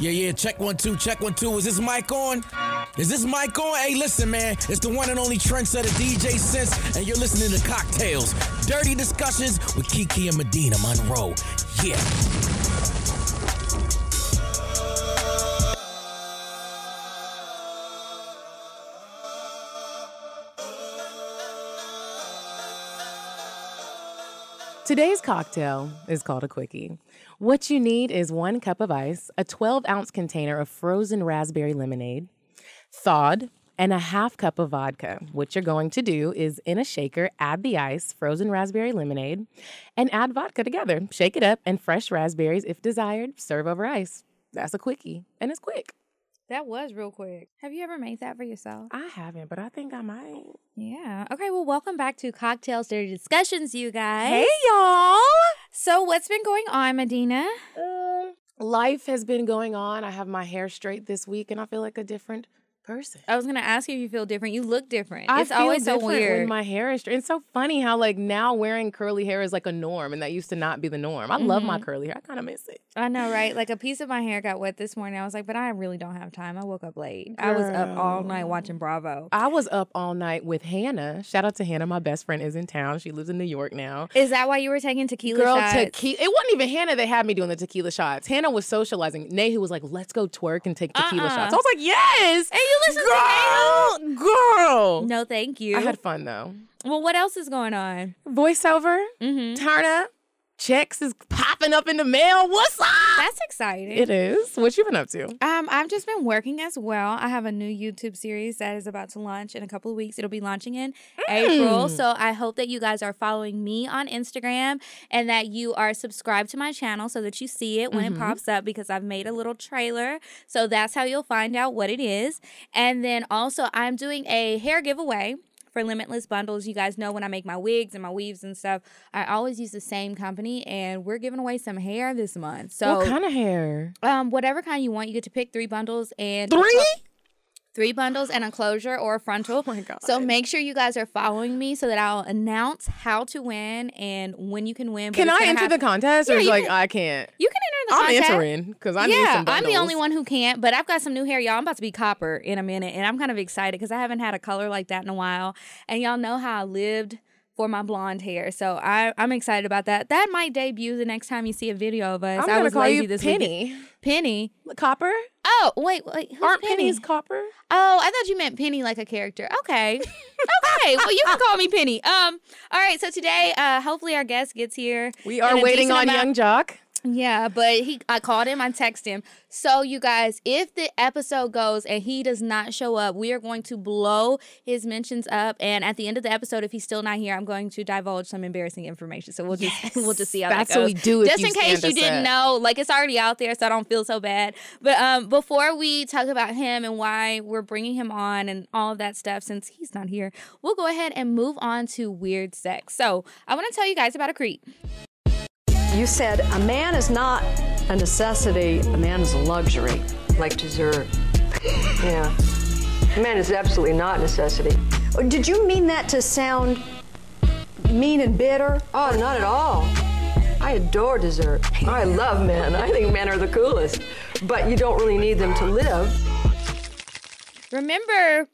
Yeah, yeah, check one, two, check one, two. Is this mic on? Is this mic on? Hey, listen, man. It's the one and only trendsetter DJ Sense, and you're listening to Cocktails, Dirty Discussions with Kiki and Medina Monroe. Yeah. Today's cocktail is called a quickie. What you need is one cup of ice, a 12 ounce container of frozen raspberry lemonade, thawed, and a half cup of vodka. What you're going to do is in a shaker, add the ice, frozen raspberry lemonade, and add vodka together. Shake it up, and fresh raspberries, if desired, serve over ice. That's a quickie, and it's quick. That was real quick. Have you ever made that for yourself? I haven't, but I think I might. Yeah. Okay, well, welcome back to Cocktails Dirty Discussions, you guys. Hey, y'all! So, what's been going on, Medina? Um, life has been going on. I have my hair straight this week, and I feel like a different person. I was going to ask you if you feel different. You look different. I it's feel always so different weird. When my hair is straight. It's so funny how like now wearing curly hair is like a norm, and that used to not be the norm. I love Mm-hmm. my curly hair. I kind of miss it. I know, right? Like a piece of my hair got wet this morning. I was like, but I really don't have time. I woke up late. I was up all night watching Bravo. I was up all night with Hannah. Shout out to Hannah. My best friend is in town. She lives in New York now. Is that why you were taking tequila Girl, shots? tequila. It wasn't even Hannah that had me doing the tequila shots. Hannah was socializing. Nehu was like, "Let's go twerk and take tequila Uh-uh. shots." I was like, "Yes." Hey, you listen to girl, girl. no, thank you. I had fun though. well, what else is going on? Voiceover, Mm-hmm. turn up, checks is popping up in the mail. What's up? That's exciting. It is. What you been up to? Um, I've just been working as well. I have a new YouTube series that is about to launch in a couple of weeks. It'll be launching in April. So I hope that you guys are following me on Instagram and that you are subscribed to my channel so that you see it when it pops up because I've made a little trailer. So that's how you'll find out what it is. And then also, I'm doing a hair giveaway. For limitless bundles, you guys know when I make my wigs and my weaves and stuff, I always use the same company, and we're giving away some hair this month. So What kind of hair? um, whatever kind you want, you get to pick three bundles and Three? Oh three bundles and a closure or a frontal. my God. So make sure you guys are following me so that I'll announce how to win and when you can win. but Can it's I gonna enter have- the contest? Or Yeah, is you like can- I can't. You can enter the I'm contest. entering because I need Yeah, some I'm the only bundles. one who can't, but I've got some new hair, y'all. I'm about to be copper in a minute, and I'm kind of excited because I haven't had a color like that in a while. And y'all know how I lived for my blonde hair, so I, I'm excited about that. That might debut the next time you see a video of us. I'm I gonna was call lazy you this weekend. Penny. Penny. Copper? Oh wait, wait. Who's Aren't Penny? pennies copper? Oh, I thought you meant Penny like a character. Okay. Okay. Well, you can call me Penny. Um, all right, so today, uh, hopefully our guest gets here. We in are a waiting decent on amount- Young Jock. Yeah, but he I called him, I texted him. So you guys, if the episode goes and he does not show up, we are going to blow his mentions up. And at the end of the episode, if he's still not here, I'm going to divulge some embarrassing information. So we'll just we'll just see how That's that goes. what we do if just you in case stand you us didn't up. know know. Like it's already out there, so I don't feel so bad. But um, before we talk about him and why we're bringing him on and all of that stuff, since he's not here, we'll go ahead and move on to weird sex. So I want to tell you guys about a creep. You said a man is not a necessity, a man is a luxury, like dessert. yeah. A man is absolutely not a necessity. Oh, Did you mean that to sound mean and bitter? Oh, not at all. I adore dessert. I love men. I think men are the coolest. But you don't really need them to live. Remember,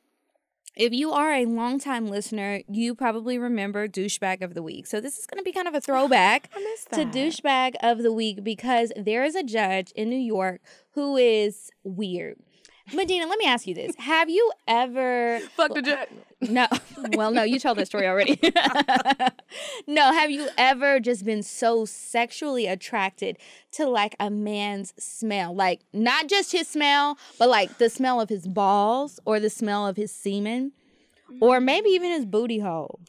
if you are a longtime listener, you probably remember Douchebag of the Week. So this is going to be kind of a throwback to Douchebag of the Week because there is a judge in New York who is weird. Medina, let me ask you this. Have you ever Fuck the jet. No. Well, no, you told that story already. no, have you ever just been so sexually attracted to like a man's smell? Like not just his smell, but like the smell of his balls or the smell of his semen or maybe even his booty hole.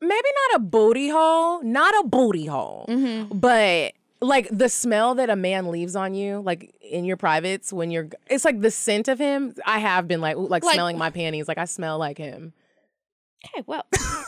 maybe not a booty hole, not a booty hole, Mm-hmm. but like the smell that a man leaves on you, like in your privates when you're, it's like the scent of him. I have been like, ooh, like, Like- smelling my panties, like I smell like him. Okay, well.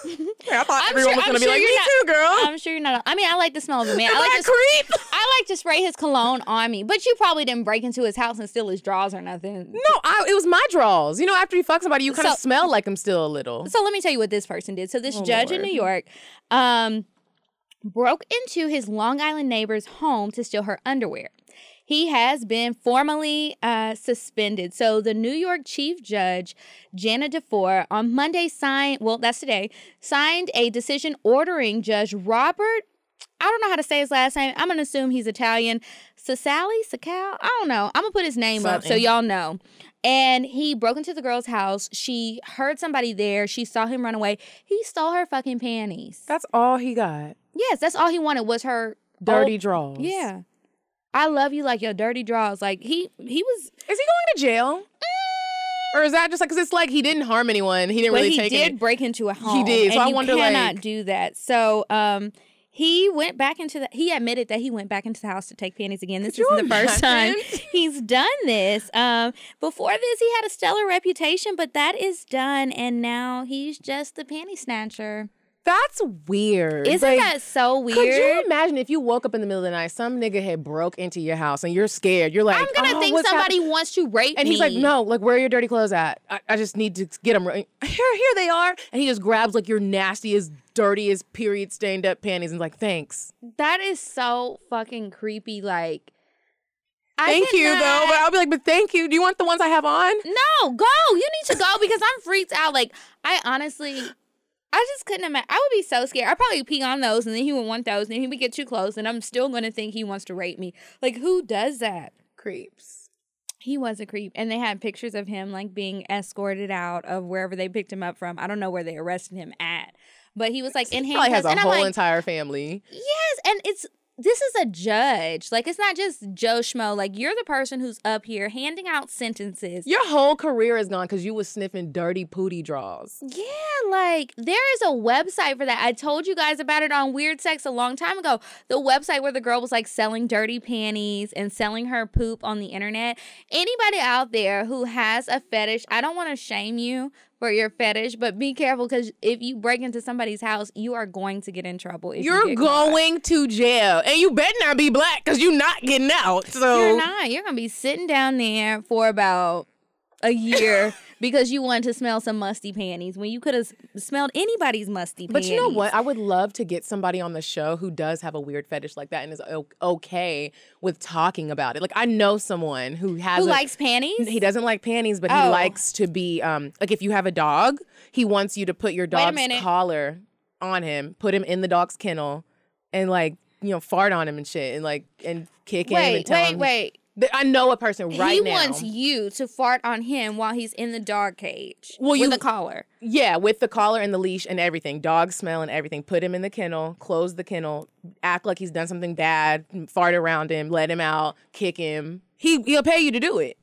Yeah, I thought I'm everyone sure- was I'm gonna be sure like, you're me not- too, girl. I'm sure you're not. I mean, I like the smell of a man. I Like like a to, creep. I like to spray his cologne on me, but you probably didn't break into his house and steal his drawers or nothing. No, I, it was my draws. You know, after you fuck somebody, you kind of So- smell like him still a little. So let me tell you what this person did. So this judge in New York um, broke into his Long Island neighbor's home to steal her underwear. he has been formally uh, suspended. So the New York Chief Judge Jana DeFore on Monday signed, well, that's today, signed a decision ordering Judge Robert. I don't know how to say his last name. I'm gonna assume he's Italian. Sasali, Sacal. I don't know. I'm gonna put his name up so Something. y'all know. And he broke into the girl's house. She heard somebody there. She saw him run away. He stole her fucking panties. That's all he got. Yes, that's all he wanted was her Dirty old- draws. Oh, Yeah. I love you like your dirty draws. Like he he was Is he going to jail? Or is that just like because it's like he didn't harm anyone. He didn't but really he take did any- break into a home. did, so and I you wonder, cannot like- do that. So um he went back into the he admitted that he went back into the house to take panties again. This isn't the first time he's done this. Um before this he had a stellar reputation, but that is done and now he's just the panty snatcher. That's weird. Isn't Like, that so weird? Could you imagine if you woke up in the middle of the night, some nigga had broke into your house and you're scared. You're like, I'm gonna "Oh, think what's somebody happening?" wants to rape And me. he's like, no, like where are your dirty clothes at? I, I just need to get them. Here, here they are. And he just grabs like your nastiest, dirtiest, period stained up panties and is like, thanks. That is so fucking creepy. Like, I Thank did you though. not- But I'll be like, but thank you. Do you want the ones I have on? no, go. You need to go because I'm freaked out. Like, I honestly, I just couldn't imagine. I would be so scared. I'd probably pee on those, and then he would want those, and then he would get too close, and I'm still gonna think he wants to rape me. Like, who does that? Creeps. He was a creep, and they had pictures of him like being escorted out of wherever they picked him up from. I don't know where they arrested him at, but he was like in Probably handcuffs, has a and I'm whole like, entire family. Yes, and it's this is a judge. Like it's not just Joe Schmo. Like you're the person who's up here handing out sentences. Your whole career is gone because you was sniffing dirty pooty draws. Yeah, like there is a website for that. I told you guys about it on Weird Sex a long time ago. The website where the girl was like selling dirty panties and selling her poop on the internet. Anybody out there who has a fetish, I don't want to shame you for your fetish, but be careful because if you break into somebody's house, you are going to get in trouble. If you You're get caught. going to jail, and you better not be black because you're not getting out. So You're not. You're gonna be sitting down there for about a year because you wanted to smell some musty panties when you could have smelled anybody's musty But panties. you know what? I would love to get somebody on the show who does have a weird fetish like that and is o- okay with talking about it. Like I know someone who has Who a- likes panties? He doesn't like panties, but Oh. he likes to be um like if you have a dog, he wants you to put your a dog's minute. collar on him, put him in the dog's kennel, and like you know fart on him and shit, and like and kick him. Wait, and tell wait, him- wait. Th- I know a person right he now. wants you to fart on him while he's in the dog cage. Well, with you- the collar. Yeah, with the collar and the leash and everything, dog smell and everything. Put him in the kennel, close the kennel, act like he's done something bad, fart around him, let him out, kick him. He he'll pay you to do it,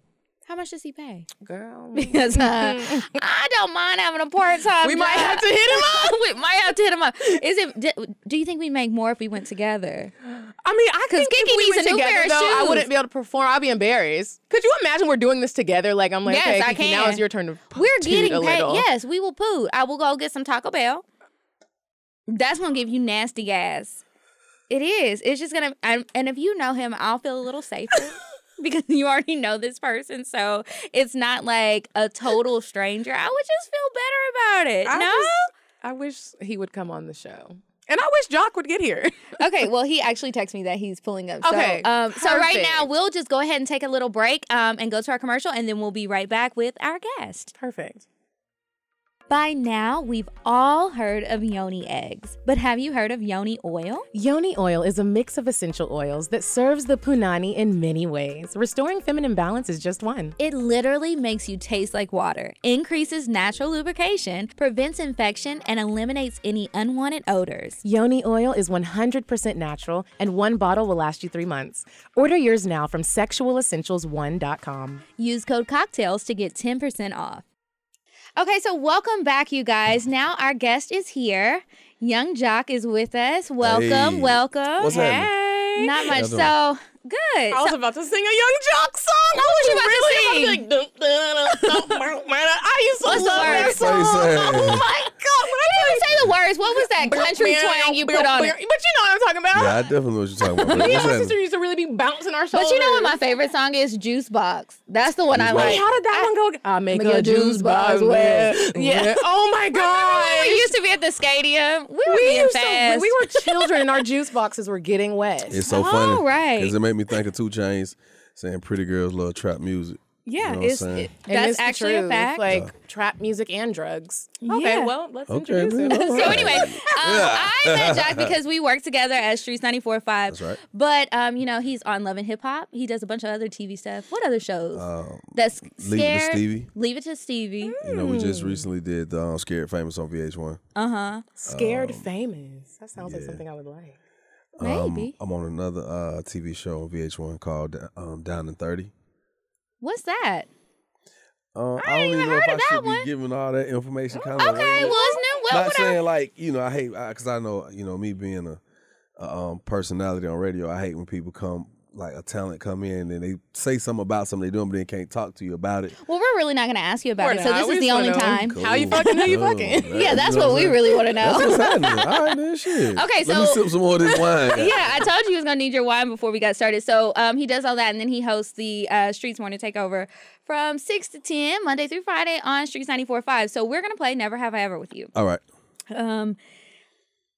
How much does he pay? girl. Because uh, I don't mind having a part time. We might have to hit him up. we might have to hit him up. Is it? Do, do you think we make more if we went together? I mean, I could. Kiki needs a new pair of I shoes. wouldn't be able to perform. I'd be embarrassed. Could you imagine we're doing this together? Like I'm like, Yes, okay, I Kiki, now can. it's your turn to. p- We're toot getting a paid. little. Yes, we will poo. I will go get some Taco Bell. That's gonna give you nasty gas. It is. It's just gonna. I'm, and if you know him, I'll feel a little safer because you already know this person. So it's not like a total stranger. I would just feel better about it. I no. just- I wish he would come on the show, and I wish Jock would get here. okay, well, he actually texted me that he's pulling up. Okay, So, um, so right now, perfect. we'll just go ahead and take a little break um, and go to our commercial, and then we'll be right back with our guest. Perfect. By now, we've all heard of yoni eggs, but have you heard of yoni oil? Yoni oil is a mix of essential oils that serves the punani in many ways. Restoring feminine balance is just one. It literally makes you taste like water, increases natural lubrication, prevents infection, and eliminates any unwanted odors. Yoni oil is 100% natural, and one bottle will last you three months. Order yours now from sexualessentials1.com. Use code cocktails to get 10% off. Okay, so welcome back, you guys. Now our guest is here. Young Jock is with us. Welcome, Hey. welcome. What's happening? Not much. doing? So good. I was So- about to sing a Young Jock song. What was you about to sing? to sing? I used to What's love the that words? song. What he said. Oh my God. When I tell didn't say the words. What was that country twang you put on But it? you know what I'm talking about. Yeah, I definitely know what you're talking about. Me and What's my that? sister used to really be bouncing our shoulders. But you know what my favorite song is? Juice Box. That's the one I Box. like. Wait, How did that one go? I make, Make a juice box with- Yeah. Oh my Remember when god. we used to be at the stadium. We were We being used to, fast. we were children and our juice boxes were getting wet. It's so All funny. right. Because it made me think of Two Chains saying pretty girls love trap music. yeah, You know what I'm it's, saying? it- And it's that's the actually truth, a fact. Like trap music and drugs. Okay, Yeah. well, Oh. let's Okay. introduce man, it. all so right. anyway, um, I met Jack because we worked together at Streets 94.5. That's right. But, um, you know, he's on Love and Hip Hop. He does a bunch of other TV stuff. What other shows? that's Leave It to Stevie. Leave It to Stevie. You know, we just recently did the um, Scared Famous on VH1. Scared famous. That sounds like something I would like. Um, Oh, Maybe. I'm on another uh, TV show on VH1 called um, Down in 30. What's that? Um, I, don't even know heard if I of that should one. be giving all that information. Kind Okay, of well, it's new. Well, Uh, not what saying I, like you know I hate because I know you know me being a, a um, personality on radio. I hate when people come like a talent come in and they say something about something they doing, but they can't talk to you about it. well, we're really not going to ask you about We're it. So not. this We is the just only wanna know. time. How you fucking, how you oh, fucking? Yeah, that's what we really want to know. That's what's happening. All right, then shit. Okay, let so- me sip some more of this wine. yeah, I told you he was gonna need your wine before we got started. So um, he does all that, and then he hosts the uh, Streets Morning Takeover from six to ten, Monday through Friday on Streets 94.5. So we're gonna play Never Have I Ever with you. All right. Um,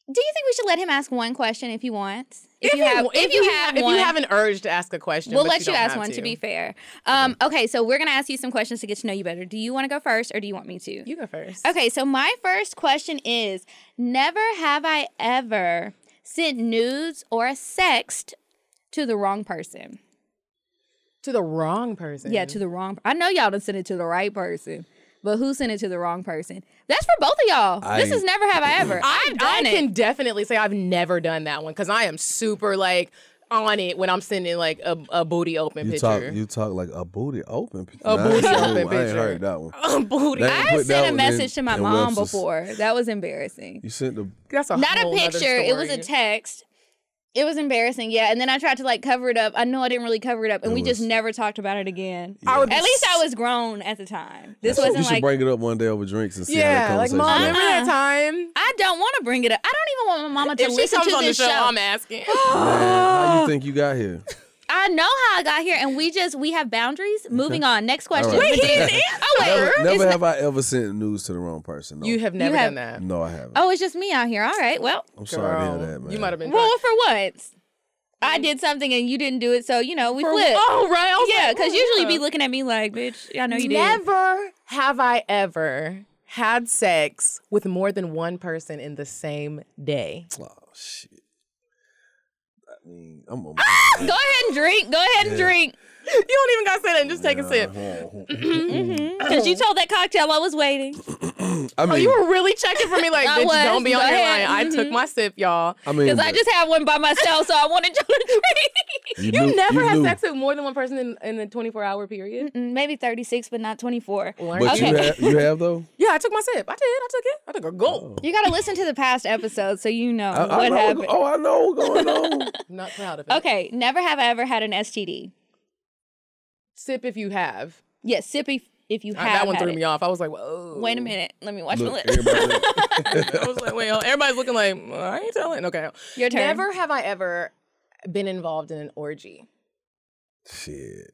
do you think we should let him ask one question if he wants? If, you he- have, if, you have, if one, you have an urge to ask a question, we'll but let you, don't ask have one. To. be fair, um, okay. So we're gonna ask you some questions to get to know you better. Do you want to go first, or do you want me to? You go first. Okay, so my first question is Never have I ever sent nudes or a sext to the wrong person. To the wrong person. Yeah, to the wrong I know y'all done sent it to the right person, but who sent it to the wrong person? That's for both of y'all. this I- is never have I ever. I've done I it. can definitely say I've never done that one because I am super like on it when I'm sending like a, a booty open You talk, picture. you talk like a booty open. A booty open Ooh, I ain't picture. heard that one. a booty. That- Oh, I put that sent a one in- message to my in mom Webster's. before. That was embarrassing. You sent the That's a Not a whole nother picture, it was a story. text. It was embarrassing, yeah. And then I tried to like cover it up. I know I didn't really cover it up, and we just was- never talked about it again. I would be At least s- I was grown at the time. This you wasn't should like bring it up one day over drinks and see Yeah, how that like mom, conversation remember goes. Uh-huh. that time? I don't want to bring it up. I don't even want my mama to If she listen comes to on the this show, show. I'm asking. Man, how you think you got here? I know how I got here, and we just we have boundaries. Moving on. Next question. All right. Wait, he didn't Oh wait. Never, It's never not- have I ever sent news to the wrong person. No, you have never have- done that. no, I haven't. oh, it's just me out here. All right. Well, I'm sorry to Girl, hear that, man. You might have been. well, drunk. for once, I did something and you didn't do it, so you know we flipped. Mm-hmm. oh right, I was yeah, like, because oh, usually yeah. you be looking at me like, bitch, I know you did. Never have I ever had sex with more than one person in the same day. Oh shit. I mean, I'm. A, Go ahead and drink. Go ahead and drink. You don't even gotta say that. Just take a sip. Because you told that cocktail I was waiting. I mean, You were really checking for me, like, I bitch, was. don't be Go on your line. ahead. I took my sip, y'all. I mean, Because I just had one by myself, so I wanted you to drink. you, You knew- never you had knew, sex with more than one person in, in a 24 hour period? Mm, Maybe 36, but not 24. But you Okay. have, you have though. Yeah, I took my sip. I did. I took it. I took a gulp. You gotta listen to the past episode so you know I, what I know, happened. Oh, I know what's going on. I'm not proud of it. Okay, never have I ever had an STD. Sip if you have. Yes, sip if, if you Uh, have. that one had threw it. me off. I was like, whoa. Wait a minute, let me watch the Look, list. everybody, I was like, wait, hold- everybody's looking like, "Mm, I ain't telling. Okay. Your turn. Never have I ever been involved in an orgy. shit.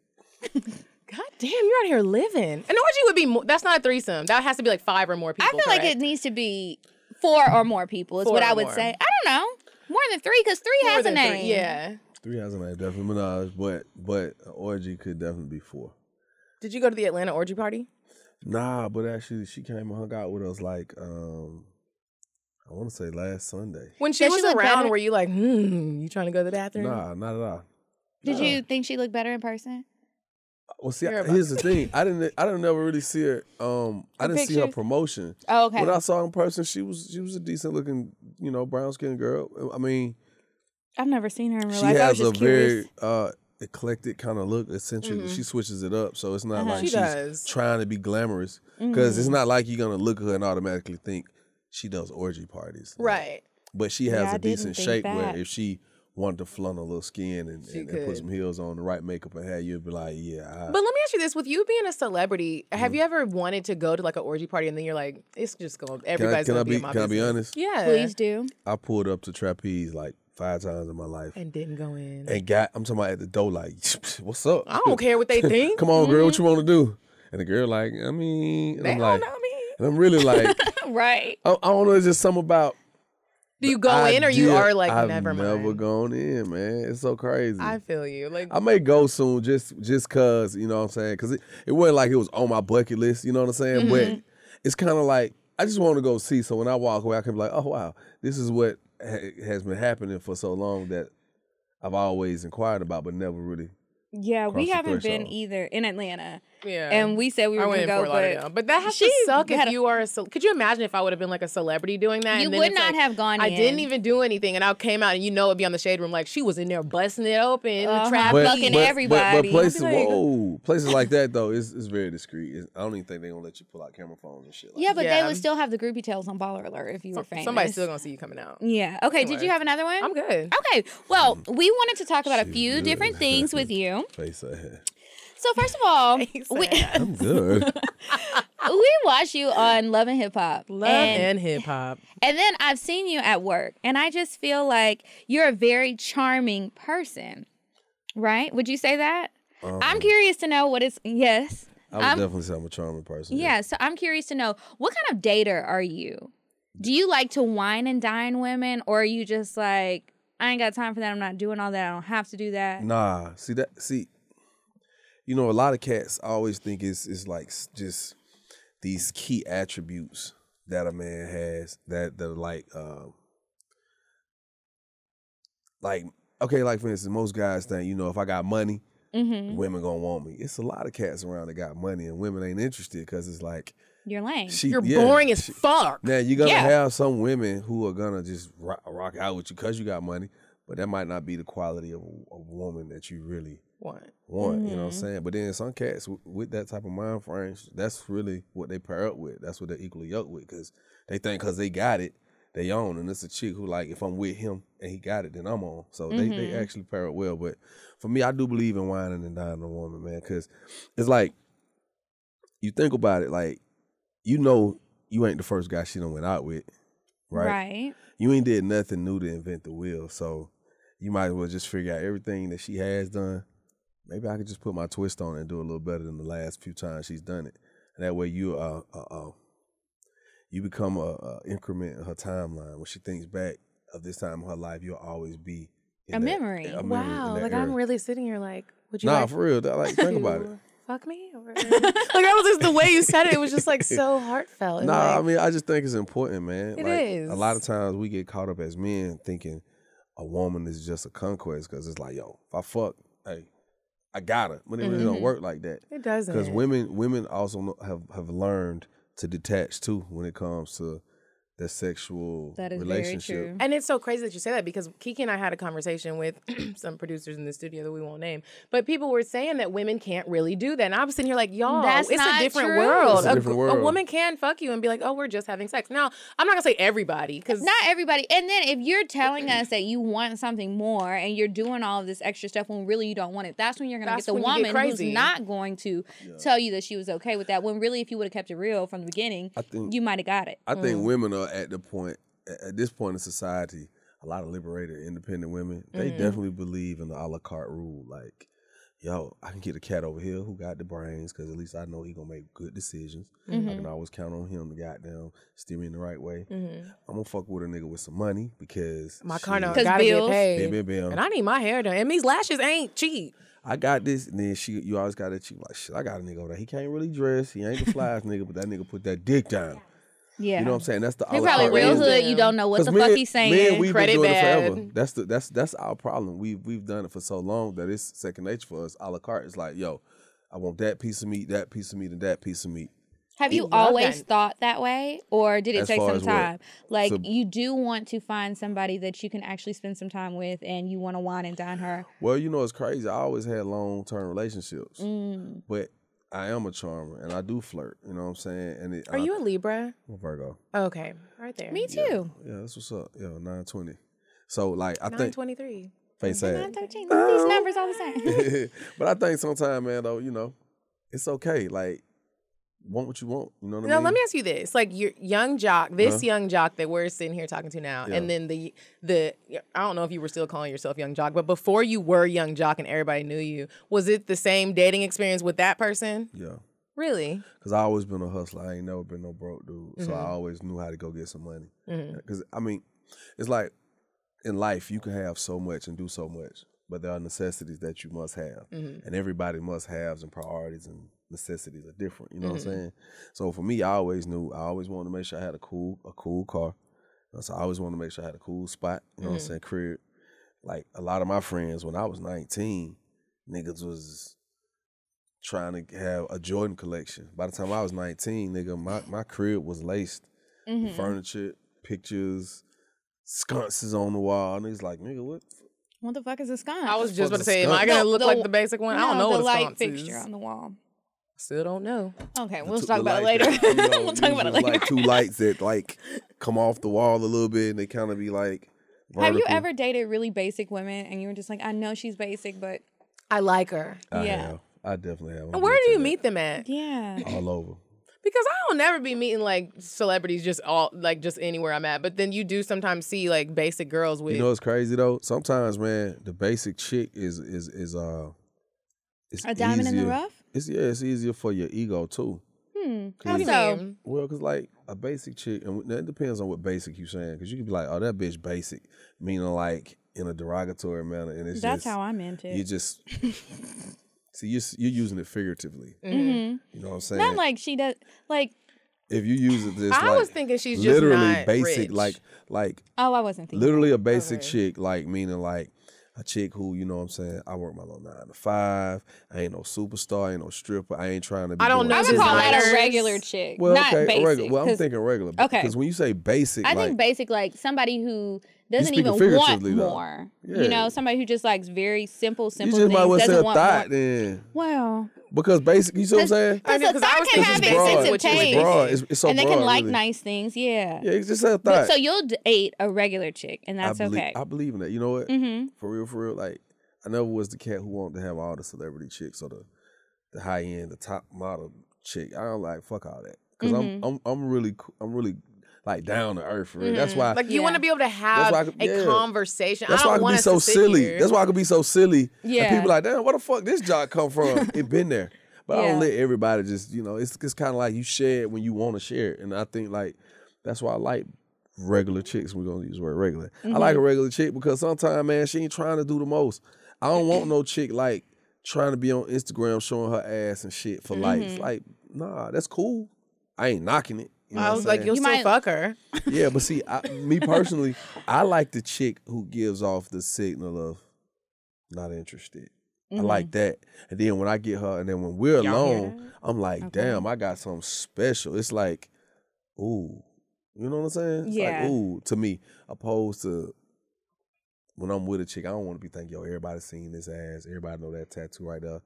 God damn, you're out here living. An orgy would be, mo- that's not a threesome. That has to be like five or more people. I feel like correct? it needs to be four or more people, is Four what I or would more. say. I don't know. More than three, because three More has a than three. name. Yeah. Three has a name, definitely Minaj, but but an orgy could definitely be four. Did you go to the Atlanta orgy party? Nah, but actually, she came and hung out with us like um, I want to say last Sunday. When she Does was she look around, better? were you like, hmm, you trying to go to the bathroom? Nah, not at all. Did Uh-huh. you think she looked better in person? Well, see, Hear about here's the thing. I didn't. I didn't never really see her. Um, I didn't see her pictures? promotion. Oh, okay. When I saw her in person, she was she was a decent looking, you know, brown skinned girl. I mean, I've never seen her in real she life. I was has a just curious. very uh, eclectic kind of look. Essentially, she switches it up, so it's not like She she's does. trying to be glamorous. Because it's not like you're gonna look at her and automatically think she does orgy parties. Like, Right. but she has I a didn't decent think shape where that. if she wanted to flaunt a little skin and, She and, and could. put some heels on, the right makeup and hair, you'd be like, yeah, I, But let me ask you this: With you being a celebrity, have Mm. you ever wanted to go to like an orgy party and then you're like, it's just going, can I, everybody's can I gonna be, be in my can I be business. honest? Yeah, Please do. I pulled up to trapeze like five times in my life and didn't go in. and got I'm talking about at the door like, what's up? I don't care what they think. Come on, girl, what you want to do? And the girl like, I mean, and they I'm don't like, know me. and I'm really like, Right. I, I don't know, it's just something about Do you go in or you idea. are like, I've never mind? Never gone in, man. It's so crazy. I i feel you. Like may go soon, just just cause you know what I'm saying. Cause it, it wasn't like it was on my bucket list, you know what I'm saying. Mm-hmm. But it's kind of like I just want to go see. So when I walk away, I can be like, oh wow, this is what ha- has been happening for so long that I've always inquired about, but never really. Yeah, Across we the haven't been threshold. either in Atlanta. Yeah. And we said we were I going went to in go, Fort Lauderdale, but but that has to she suck if had a- you are a. Cel- Could you imagine if I would have been like a celebrity doing that? You and then would it's not like, have gone I didn't in. even do anything, and I came out, and you know, it'd be on the shade room like she was in there busting it open, the Uh-huh. trap. But- beat. Fucking But, everybody. places, I'd be like- whoa, places like that though, it's, it's very discreet. It's, I don't even think they gonna let you pull out camera phones and shit. Like yeah, but Yeah. they would still have the groupie tales on Baller Alert if you were famous. Somebody's still gonna see you coming out. Yeah. Okay. Did you have another one? I'm good. Okay. Well, Mm. we wanted to talk about a few good. different things with you. that. face ahead. So first of all, we, I'm good. we watch you on Love and Hip Hop. Love and, hip hop. And then I've seen you at work, and I just feel like you're a very charming person, right? Would you say that? Um, I'm curious to know what is, yes. I would I'm- definitely say I'm a charming person. Yeah, so I'm curious to know what kind of dater are you? Do you like to wine and dine women, or are you just like, I ain't got time for that. I'm not doing all that. I don't have to do that. Nah, see that see you know a lot of cats always think it's it's like s- just these key attributes that a man has that that are like um like okay, like for instance, most guys think, you know, if I got money, Mm-hmm. women gonna want me. It's a lot of cats around that got money and women ain't interested because it's like You're lame. she You're yeah, boring as she- fuck. Now you're gonna Yeah. have some women who are gonna just rock, rock out with you because you got money, but that might not be the quality of a, a woman that you really What? want. You know what I'm saying? But then some cats w- with that type of mind frame, that's really what they pair up with. That's what they're equally yoked with because they think because they got it, they own. And it's a chick who like if I'm with him and he got it, then I'm on. So they, they actually pair up well. But for me, I do believe in whining and dining a woman, man, because it's like you think about it, like you know you ain't the first guy she done went out with, right? right. you ain't did nothing new to invent the wheel. So you might as well just figure out everything that she has done. Maybe I could just put my twist on it and do a little better than the last few times she's done it. And that way you uh, uh, uh you become a, a increment in her timeline. When she thinks back of this time in her life, you'll always be in A that- memory. a memory in Wow. that Like era. I'm really sitting here like, would you nah like for real. that- Like think about it. to fuck me? Or... like that was just the way you said it. It was just like so heartfelt. and, No, like, I mean, I just think it's important, man. It like, is. A lot of times we get caught up as men thinking a woman is just a conquest because it's like, yo, if I fuck, hey, I got her. But it really don't work like that. Mm-hmm. it doesn't. Because women, women also know, have have learned to detach too when it comes to their sexual That is very relationship. true. And it's so crazy that you say that because Kiki and I had a conversation with some producers in the studio that we won't name, but people were saying that women can't really do that. And I'm sitting here like, y'all, That's it's a not different true. world. It's a different world. woman can fuck you and be like, oh, we're just having sex. Now, I'm not gonna say everybody because Not everybody. And then if you're telling us that you want something more and you're doing all of this extra stuff when really you don't want it, that's when you're going to That's get the when you get woman who's crazy. not going to tell you that she was okay with that. When really, if you would have kept it real from the beginning, I think- you might have got it. I think women are at the point at at this point in society, a lot of liberated, independent women, they Mm-hmm. definitely believe in the a la carte rule. Like, yo, I can get a cat over here who got the brains, because at least I know he gonna make good decisions. Mm-hmm. I can always count on him to goddamn steer me in the right way. Mm-hmm. I'm gonna fuck with a nigga with some money because my shit, car note 'Cause gotta bills. get paid. Bam, bam, bam. And I need my hair done. And these lashes ain't cheap. I got this, and then she, you always got that chick like, shit, I got a nigga over there. He can't really dress. He ain't the flyest nigga, but that nigga put that dick down. Yeah. You know what I'm saying? That's the a They la probably carte real rule. hood. You don't know what 'Cause the men- fuck he's saying. Men, we've Credit been doing it forever. bad. That's the that's that's our problem. We've we've done it for so long that it's second nature for us. A la carte It's like, yo, I want that piece of meat, that piece of meat, and that piece of meat. Have You you love always that. thought that way, or did it As take far some as what? time? Like So- you do want to find somebody that you can actually spend some time with, and you want to wine and dine her. Well, you know, it's crazy. I always had long term relationships, Mm. but I am a charmer and I do flirt. You know what I'm saying? And it, Are you a Libra? a Virgo? Okay, right there. Me too. Yeah, that's what's up. Yo, nine twenty. So like, I Nine think twenty-three. Face ass. 913. Look at these numbers all the time. but I think sometimes, man, though, you know, it's okay. Like, want what you want. You know what I Now mean? let me Uh-huh. ask you this: like your young jock, this young jock that we're sitting here talking to now, and then the the I don't know if you were still calling yourself young jock, but before you were young jock and everybody knew you, was it the same dating experience with that person? yeah. Really? Cause I always been a hustler. I ain't never been no broke dude. So I always knew how to go get some money. Cause I mean, it's like in life you can have so much and do so much, but there are necessities that you must have, and everybody must haves and priorities and necessities are different. You know what I'm saying? So for me, I always knew I always wanted to make sure I had a cool a cool car. Uh, So I always wanted to make sure I had a cool spot. You know what I'm saying? Crib. Like a lot of my friends when I was 19, niggas was trying to have a Jordan collection. By the time I was 19, nigga, my, my crib was laced. Mm-hmm. with Furniture, pictures, sconces on the wall. Niggas like, nigga, what? What the fuck is a skunk? I was just Fuck about to the say, am skunk. I gonna No, look the- like the basic one? I don't No, know what the a light sconce is. fixture on the wall. Still don't know. Okay, The we'll two- talk the about it light later. that, you know, we'll talk about it usually later. Like two lights that like come off the wall a little bit, and they kind of be like. Have you vertical. ever dated really basic women and you were just like, I know she's basic, but I like her. I yeah. have. I definitely have. I'm Where guilty do you of that. meet them at? yeah. All over. Because I don't never be meeting like celebrities just all like just anywhere I'm at. But then you do sometimes see like basic girls with You know what's crazy though? Sometimes, man, the basic chick is is is uh. It's A diamond in the easier- rough? It's yeah. It's easier for your ego too. How do you So- mean? Well, cause like a basic chick, and that depends on what basic you saying. Cause you could be like, oh, that bitch basic, meaning like in a derogatory manner, and it's That's just, how I meant it. You just see you s- you're using it figuratively. Mm-hmm. You know what I'm saying? Not like she does like if you use it this, I was like, thinking she's just literally not basic, rich. like like oh I wasn't thinking. literally a basic chick, like meaning like a chick who you know what I'm saying. I work my little nine to five. I ain't no superstar. I ain't no stripper. I ain't trying to. be I don't doing know I this would call and that designers. a regular chick. Well, not okay, basic. regular. Well, I'm 'cause thinking regular. okay. Because when you say basic, I like, think basic like somebody who doesn't speaking even want figuratively, though. more. Yeah. You know, somebody who just likes very simple, You simple just things. might as well say doesn't a want thought more. then. Well, Because basic, you see what I'm saying? I because know, a 'cause thought I was can thinking have it's broad. It's- extensive it's taste. broad. It's- it's so and they can broad, like really. nice things. Yeah. Yeah, it's just say a But thought. so you'll date a regular chick, and that's I believe, okay. I believe in that. You know what? Mm-hmm. For real, for real. Like, I never was the cat who wanted to have all the celebrity chicks or the, the high end, the top model chick. I don't like fuck all that because Mm-hmm. I'm, I'm I'm really co- I'm really like down to earth for real. That's Mm-hmm. why Like you want to be able to have why I could- a yeah. conversation. That's I don't why I could want be us so to sit silly. Here. That's why I could be so silly. And Yeah. people like, damn, where the fuck this job come from? it been there. But I don't Yeah. let everybody just, you know, it's it's kind of like you share it when you want to share it. And I think like that's why I like regular chicks. We're gonna use the word regular. Mm-hmm. I like a regular chick because sometimes, man, she ain't trying to do the most. I don't want no chick like trying to be on Instagram showing her ass and shit for Mm-hmm. likes. Like, nah, that's cool. I ain't knocking it. You know I what was I'm like, saying? you'll still might- fuck her. Yeah, but see, I, me personally, I like the chick who gives off the signal of not interested. I like Mm-hmm. that. And then when I get her, and then when we're alone, I'm like, damn, I got something special. It's like, ooh, you know what I'm saying? It's Yeah. like, ooh, to me, opposed to when I'm with a chick, I don't want to be thinking, yo, everybody seen this ass, everybody know that tattoo right there.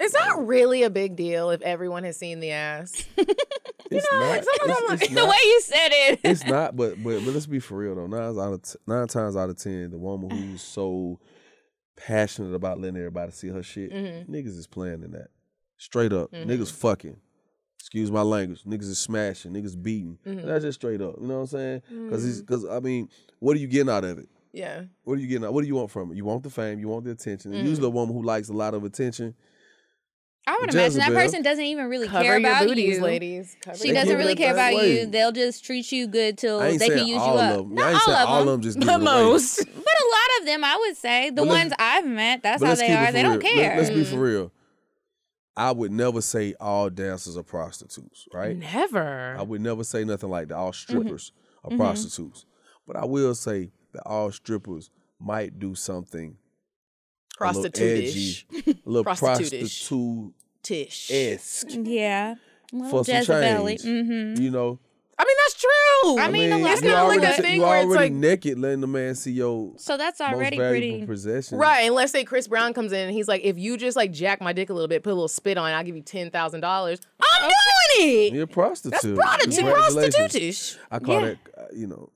It's not really a big deal if everyone has seen the ass. It's not. It's, it's the not. way you said it. It's not, but but but let's be for real though. Nine out of t- nine times out of ten, the woman who's so passionate about letting everybody see her shit, Mm-hmm. niggas is playing in that. Straight up, niggas fucking. Excuse my language. Niggas is smashing. Niggas beating. Mm-hmm. That's just straight up. You know what I'm saying? Because Mm. because I mean, what are you getting out of it? yeah. What are you getting? out? What do you want from it? You want the fame. You want the attention. And Mm. Usually, a woman who likes a lot of attention, I would imagine that Jezebel. person doesn't even really Cover care your about booties, you. ladies. Cover She They your doesn't give booties. really it care that about way. you. They'll just treat you good till I ain't they saying can use all you up. of them. Not I ain't all saying of all of them. them. Just give the it away. most. But a lot of them, I would say, the But let's- ones I've met, that's But how let's they keep it are. for They don't real. care. Let, us be Mm. for real. I would never say all dancers are prostitutes, right? Never. I would never say nothing like that. All Mm-hmm. strippers are prostitutes. But I will say that all strippers might do something a little edgy, Prostitutish. a little Prostitute-ish. prostitute-esque Tish. yeah. Well, mm, for some Mm-hmm. Jezebel-y. Mm-hmm. change. You know, I mean, that's true. I mean, a lot it's of you kind of like people already, that would- thing you where it's already like, naked letting the man see your So that's most already valuable pretty. possession. right? And let's say Chris Brown comes in and he's like, if you just like jack my dick a little bit, put a little spit on, it, I'll give you ten thousand dollars. I'm doing it. You're a prostitute. That's prostitute. Congratulations. Prostitutish. I call Yeah. that, uh, you know,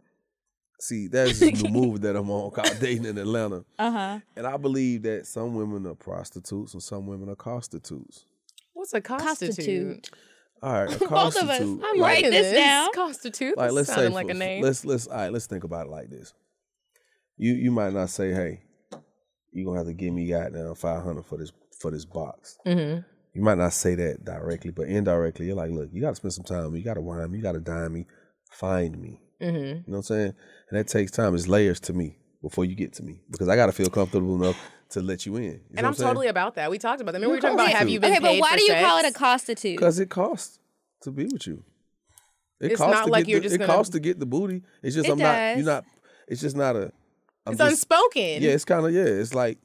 See, that's the movie that I'm on called Dating in Atlanta. Uh Uh-huh. huh. And I believe that some women are prostitutes and some women are prostitutes. What's a constitute? Prostitute. All right, a Both of us. prostitute, I'm like- Write this down. Constitute. like let's say sounding like for- a name. let's let's all right let's think about it like this you you might not say hey you're gonna have to give me goddamn 500 for this for this box Mhm. you might not say that directly but indirectly you're like look you gotta spend some time with me you gotta wine me you gotta dime me find me Mm-hmm. you know what i'm saying and that takes time it's layers to me before you get to me because i gotta feel comfortable enough to let you in You know And I'm what saying? totally about that. We talked about that. Remember we were talking about have you been okay, paid but why for do you call it sex? a prostitute? Because it costs to be with you. It It's costs not to like get you're the, just It gonna- costs to get the booty. It's just It I'm not. does. You're not. It's just not a. I'm It's just- unspoken. Yeah, it's kind of yeah. It's like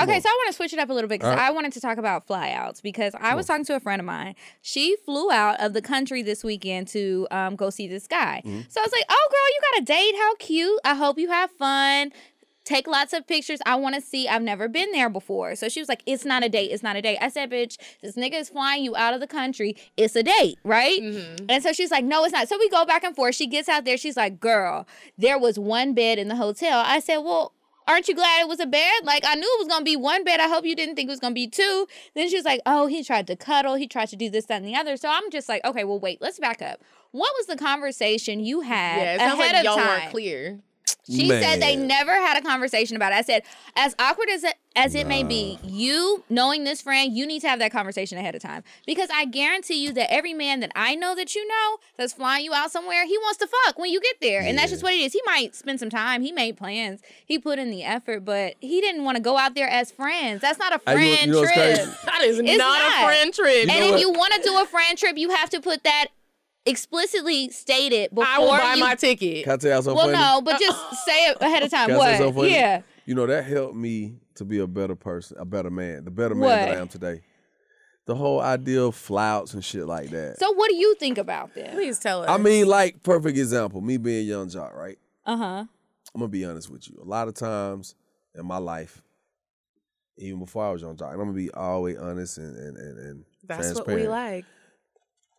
Okay, so I want to switch it up a little bit because All right. I wanted to talk about flyouts because I was talking to a friend of mine. She flew out of the country this weekend to um, go see this guy. Mm-hmm. So I was like, "Oh, girl, you got a date? How cute! I hope you have fun. Take lots of pictures. I want to see. I've never been there before." So she was like, "It's not a date. It's not a date." I said, "Bitch, this nigga is flying you out of the country. It's a date, right?" And so she's like, "No, it's not." So we go back and forth. She gets out there. She's like, "Girl, there was one bed in the hotel." I said, "Well." aren't you glad it was a bed? Like I knew it was gonna be one bed. I hope you didn't think it was gonna be two. Then she was like, oh, he tried to cuddle, he tried to do this, that, and the other. So I'm just like, okay, well, wait, let's back up. What was the conversation you had Yeah, it sounds ahead like of y'all time? weren't clear. She said they Man. never had a conversation about it. I said, as awkward as it, as it may be, you knowing this friend, you need to have that conversation ahead of time because I guarantee you that every man that I know that you know that's flying you out somewhere, he wants to fuck when you get there, and that's just what it is. He might spend some time, he made plans, he put in the effort, but he didn't want to go out there as friends. That's not a I- you know- friend you know what's trip. crazy? That is not, not. a friend trip. You And know if what? you want to do a friend trip, you have to put that explicitly stated before I will buy you. my ticket. Can I tell you something well, funny? no, but just say it ahead of time. Can I say What? something funny? Yeah. You know that helped me to be a better person, a better man, the better man What? that I am today. The whole idea of flouts and shit like that. So what do you think about this? Please tell us. I mean, like perfect example, me being young jock, right? Uh huh. I'm gonna be honest with you. A lot of times in my life, even before I was young jock, and I'm gonna be always honest and and and, and that's what transparent. we like.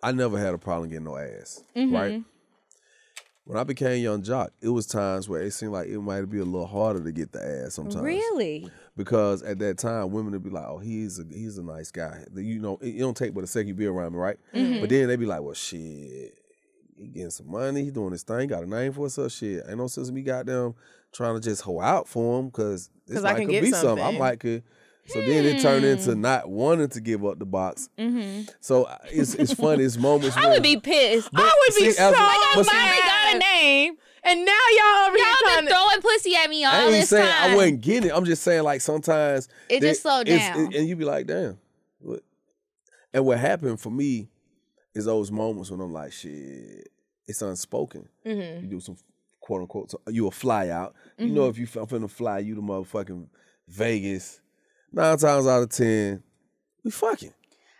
I never had a problem getting no ass, Mm-hmm. right? When I became young jock, it was times where it seemed like it might be a little harder to get the ass sometimes. Really? Because at that time, women would be like, "Oh, he's a he's a nice guy." You know, it, it don't take but a second you be around me, right? Mm-hmm. But then they be like, "Well, shit, he getting some money, he doing his thing, got a name for himself, shit. Ain't no sense me goddamn trying to just hoe out for him because this 'Cause I might can could get be I something. might could." So then it turned Hmm. into not wanting to give up the box. So I- it's it's funny. It's moments. Mm-hmm. I would be pissed. But- I would be see, as- so but Finally see- got a name. And now y'all over here Y'all trying been to. throwing pussy at me all I ain't this saying time. I wasn't getting it. I'm just saying like sometimes It that just slowed it's- down. and you be like, damn. What? And what happened for me is those moments when I'm like, shit, it's unspoken. Mm-hmm. You do some quote unquote, so you a fly out. You know, if you I'm finna fly you to motherfucking Vegas, nine times out of ten, we fucking.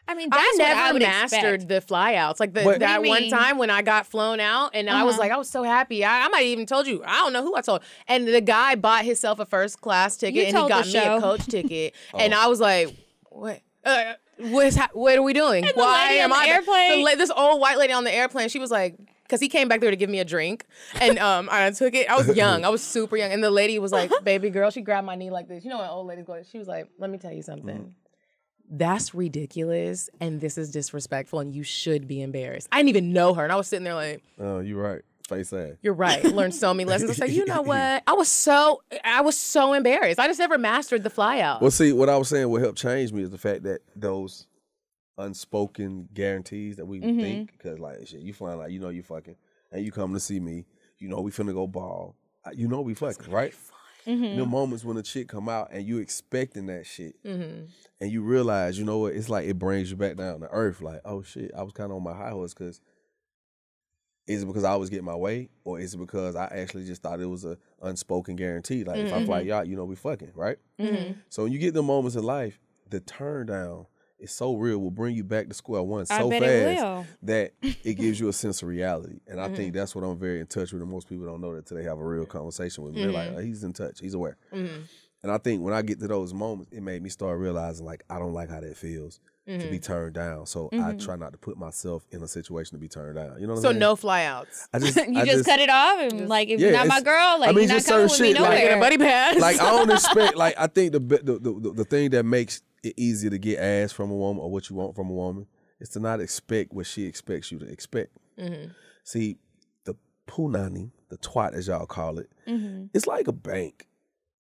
I mean, that's I what I never would mastered expect. the flyouts. Like the, But- that What do you one mean? Uh-huh. time when I got flown out, and I was like, I was so happy. I, I might even told you, I don't know who I told. And the guy bought himself a first class ticket, You and he told the got me show. a coach ticket. And I was like, what? Uh, What's ha- what are we doing? Why lady on am the I airplane- the la- this old white lady on the airplane? She was like, because he came back there to give me a drink, and um, I took it. I was young, I was super young, and the lady was like, "Baby girl," she grabbed my knee like this. You know when old ladies go? She was like, "Let me tell you something." that's ridiculous and this is disrespectful and you should be embarrassed. I didn't even know her and I was sitting there like, Oh, you right. Face ass. you're right. Learned so many lessons. I said, you know what? I was so I was so embarrassed. I just never mastered the fly out. Well, see, what I was saying, what helped change me is the fact that those unspoken guarantees that we think, because like shit, you flying out, you know you fucking, and you come to see me, you know we finna go ball, I- you know we fucking, right? The moments when a chick come out and you expecting that shit, and you realize, you know what, it's like it brings you back down to earth. Like, oh shit, I was kind of on my high horse because is it because I always get my way, or is it because I actually just thought it was a unspoken guarantee? Like if I fly y'all, you know we fucking, right? Mm-hmm. So when you get the moments in life, the turn down is so real, will bring you back to square one so bet fast it will. Mm-hmm. that it gives you a sense of reality. And I think that's Mm-hmm. what I'm very in touch with. And most people don't know that until they have a real conversation with me. They're like, "Oh, he's in touch, he's aware. And I think when I get to those moments, it made me start realizing like I don't like how that feels to Mm-hmm. be turned down. So I try not to put myself in a situation to be turned down. You know what So I mean? no flyouts. I just, you I just, cut it off and like if you're yeah, not my it's- girl, like I mean, you're not just coming with certain me shit, like- nowhere. Get a buddy pass. Like I don't expect. Like I think the be- the, the the the thing that makes it easier to get ass from a woman or what you want from a woman is to not expect what she expects you to expect. Mm-hmm. See, the punani, the twat as y'all call it, Mm-hmm. it's like a bank.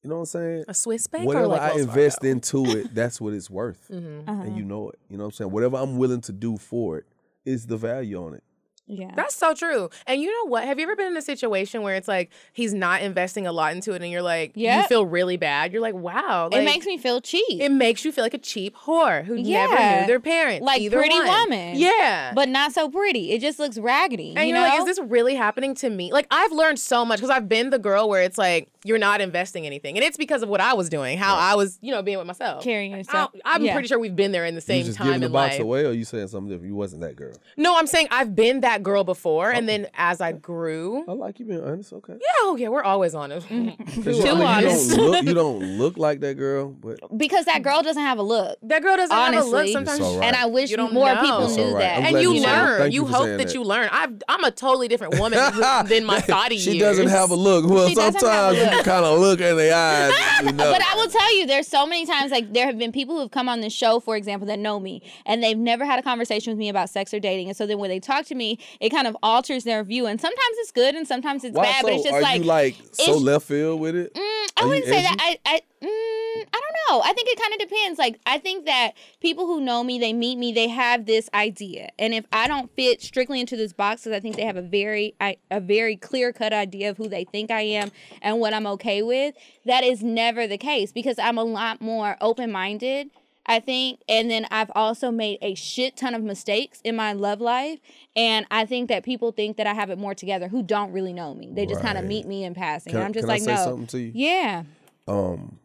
You know what I'm saying? A Swiss bank Whatever or like I Wells invest Fargo? into it, that's what it's worth, Mm-hmm. and you know it. You know what I'm saying? Whatever I'm willing to do for it is the value on it. yeah. That's so true. And you know what? Have you ever been in a situation where it's like he's not investing a lot into it and you're like, you Yep. feel really bad? You're like, wow. it like, makes me feel cheap. it makes you feel like a cheap whore who never Yeah. knew their parents. like either pretty one. woman. Yeah. But not so pretty. It just looks raggedy. and you you're know? like, is this really happening to me? Like, I've learned so much because I've been the girl where it's like, you're not investing anything. And it's because of what I was doing, how I was, you know, being with myself. Carrying Like, yourself. I, am Yeah. pretty sure we've been there in the you same just time giving the in box life. away, or you saying something different? You wasn't that girl. No, I'm saying I've been that girl before. And then as I grew, I like you being honest. Okay. oh, yeah, we're always on it. Mm-hmm. 'Cause you- Too I mean, honest. You don't, look, you don't look like that girl, but because that girl doesn't have a look. That girl doesn't have a look. Honestly. Sometimes, It's all right. And I wish You don't more know. people It's knew all right. I'm that. glad and you you said that. learn. Thank You, you for hope saying that, that. you learn. I've, I'm a totally different woman who- than my thoughty she years. doesn't have a look. Well, She doesn't have sometimes a you look. kind of look in the eyes. You know. But I will tell you, there's so many times like there have been people who have come on this show, for example, that know me, and they've never had a conversation with me about sex or dating, and so then when they talk to me, it kind of alters their view, and sometimes it's good and sometimes it's Why bad, but so? it's just Are like, you like so it's- left field with it? Mm, Are I you wouldn't say that. I I mm, I don't know. I think it kind of depends. Like I think that people who know me, they meet me, they have this idea, and if I don't fit strictly into this box, because I think they have a very I, a very clear cut idea of who they think I am and what I'm okay with. That is never the case because I'm a lot more open minded. I think, and then I've also made a shit ton of mistakes in my love life, and I think that people think that I have it more together who don't really know me. They just kind of Right. meet me in passing. Can I- and I'm just can I like, say no, something to you? yeah. Um,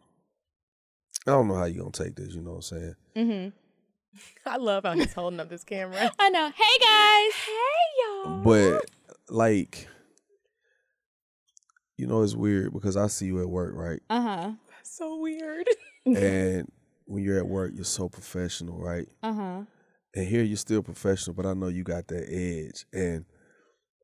I don't know how you gonna take this. You know what I'm saying? Mm-hmm. I love how he's holding up this camera. I know. Hey guys. Hey y'all. But like, you know, it's weird because I see you at work, right? Uh huh. so weird. and when you're at work, you're so professional, right? Uh huh. and here you're still professional, but I know you got that edge. And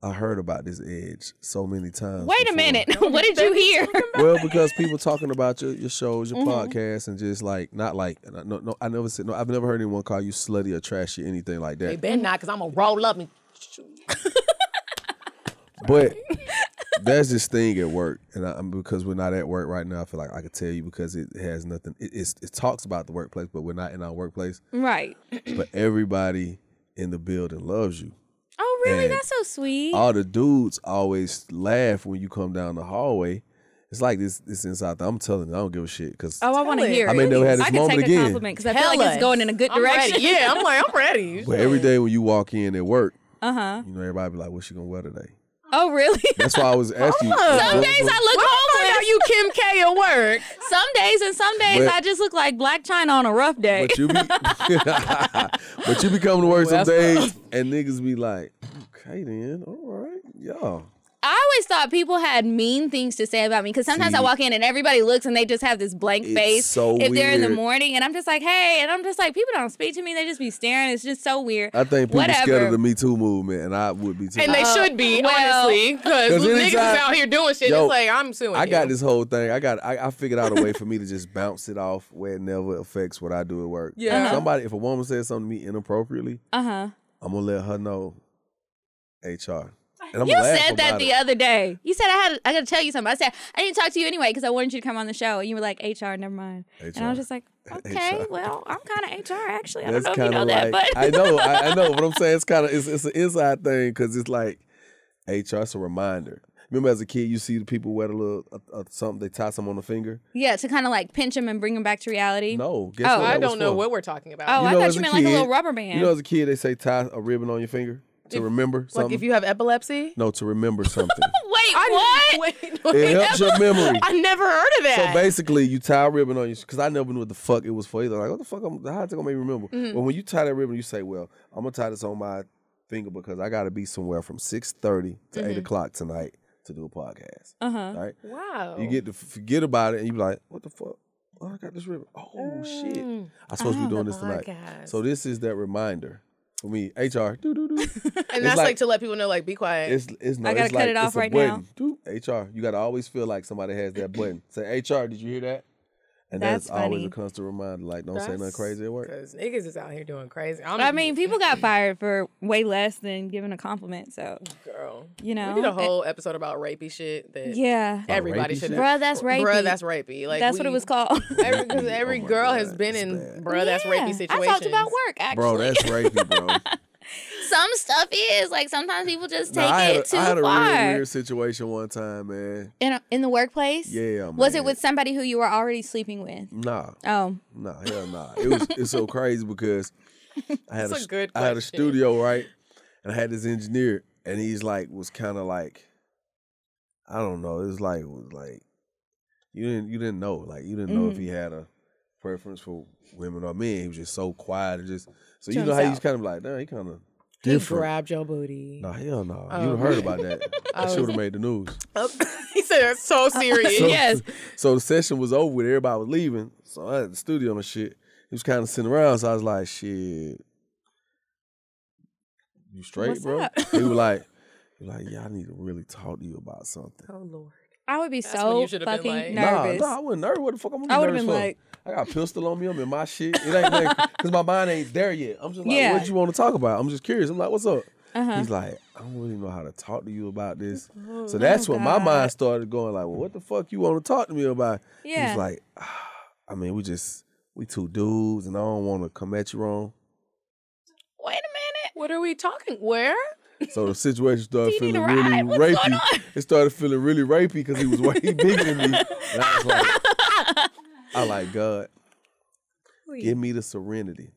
I heard about this edge so many times. Wait a before. minute. what did you hear? Well, because people talking about your, your shows, Mm-hmm. your podcasts, and just like not like and I- no no I never said no I've never heard anyone call you slutty or trashy or anything like They that. better not, because I'm going to roll up and. But there's this thing at work, and I, I'm because we're not at work right now. I feel like I could tell you because it has nothing. It, it's, it talks about the workplace, but we're not in our workplace. right. But everybody in the building loves you. Oh really? And- That's so sweet. all the dudes always laugh when you come down the hallway. It's like this this inside. thing. I'm telling you, I don't give a shit because oh, I want to hear. I may it. never had this I can moment take a again. compliment because I feel like Hella. it's going in a good I'm ready. direction. Yeah, I'm like, I'm ready. but every day when you walk in at work, uh Uh-huh. huh, you know everybody be like, "What she gonna wear today?" Oh really? That's why I was asking. you. Oh. some days I look Find homeless. out you Kim K at work. some days and some days But- I just look like Black China on a rough day. But you be, but you be coming to work some days, and niggas be like, "Okay, then, all right, y'all." I always thought people had mean things to say about me because sometimes I See? walk in and everybody looks and they just have this blank It's face. so if they're in the weird. morning and I'm just like, hey, and I'm just like, people don't speak to me. They just be staring. It's just so weird. I think people Whatever. scared of the Me Too movement, and I would be too. And they should be, Oh, well- honestly, because 'Cause niggas is anytime- out here doing shit. Yo, it's like, I'm suing I got you. this whole thing. I got. I, I figured out a way for me to just bounce it off where it never affects what I do at work. Yeah. Uh-huh. Somebody, if a woman says something to me inappropriately, Uh huh. I'm gonna let her know. HR. And I'm You gonna laugh said that about the it. other day. You said I had. I gotta tell you something. I said I didn't talk to you anyway because I wanted you to come on the show, and you were like HR. Never mind. And I HR. was just like, okay, HR. well, I'm kind of HR actually. I That's don't know if you kind know of like. that, but I know. I, I know. But I'm saying it's kind of it's, it's an inside thing because it's like HR. It's a reminder. Remember, as a kid, you see the people wear a little uh, uh, something. They tie something on the finger. yeah, to kind of like pinch him and bring him back to reality. No, guess Oh. what? I that was don't know for? what we're talking about. Oh, I thought as you a meant like a little kid- rubber band. You know, as a kid, they say tie a ribbon on your finger to remember something. like, if you have epilepsy. No, to remember Oh something. Wait, I- what? Wait, wait. it helps your memory. I never heard of So that. basically, you tie a ribbon on your because I never knew what the fuck it was for either. Like, what the fuck? I'm, how's it gonna make me remember? But when you tie that ribbon, you say, "Well, I'm gonna tie this on my finger because I gotta be somewhere from six thirty to eight o'clock tonight to do a podcast." Uh huh. Right? wow. You get to f- forget about it, and you be like, "What the fuck? Oh, I got this ribbon. Oh shit! I supposed to be doing this tonight. So this is that reminder for me. HR. Doo, doo, doo. And that's like, to let people know, like, be quiet. It's it's no. I gotta it's cut like, it off it's a right now. button. Doo. HR. You gotta always feel like somebody has that button. Say HR. Did you hear that? And that's, That's always a funny. constant reminder. Like, don't say nothing That's- crazy at work. Because niggas is out here doing crazy. I'm, I mean, people got fired for way less than giving a compliment. So girl, you know, Uh, we did a whole episode about rapey shit that yeah, everybody rapey should shit? have. bruh, that's rapey. Bruh, that's rapey. Like That's what it we- was called. Every, cause every Oh my girl God, has been it's in bad. bruh, that's Yeah, rapey situations. I talked about work actually. Bro, that's rapey, bro. some stuff is like sometimes people just Nah, take I had it too a, I had a far real weird situation one time, man. in a, in the workplace. Yeah, was man. it with somebody who you were already sleeping with? Nah, Oh, nah, hell nah. It was it's so crazy because I had That's a st- good I had a question. studio right, and I had this engineer, and he's like was kind of like, I don't know. It was like was like you didn't you didn't know like you didn't know Mm-hmm. if he had a preference for women or men. He was just so quiet and just so you know how he's kind of like, nah, he kind of You different. grabbed your booty. Nah, hell no. Oh, you heard about that. That should have made the news. he said that's so serious. So- Uh, yes. So the session was over with. Everybody was leaving. So I had the studio and shit. He was kind of sitting around. So I was like, shit. You straight, What's bro? up? He was like, he was like, yeah, I need to really talk to you about something. Oh lord. I would be when so you should've been fucking like- nervous. Nah, nah, I wasn't nervous. What the fuck? I'm gonna be I would've nervous been for? like- I got a pistol on me. I'm in my shit. It ain't like, cause my mind ain't there yet. I'm just like, Yeah. Uh-huh. what you want to talk about? I'm just curious. I'm like, what's up? He's like, I don't really know how to talk to you about this. oh So that's when my mind started going like, well, what the fuck you want to talk to me about? Yeah. He's like, ah, I mean, we just we two dudes, and I don't want to come at you wrong. Wait a minute. What are we talking? Where? So the situation started you need feeling a really ride? What's going rapey. on? It started feeling really rapey because he was way bigger than me. And I was like, I like God. Give me the serenity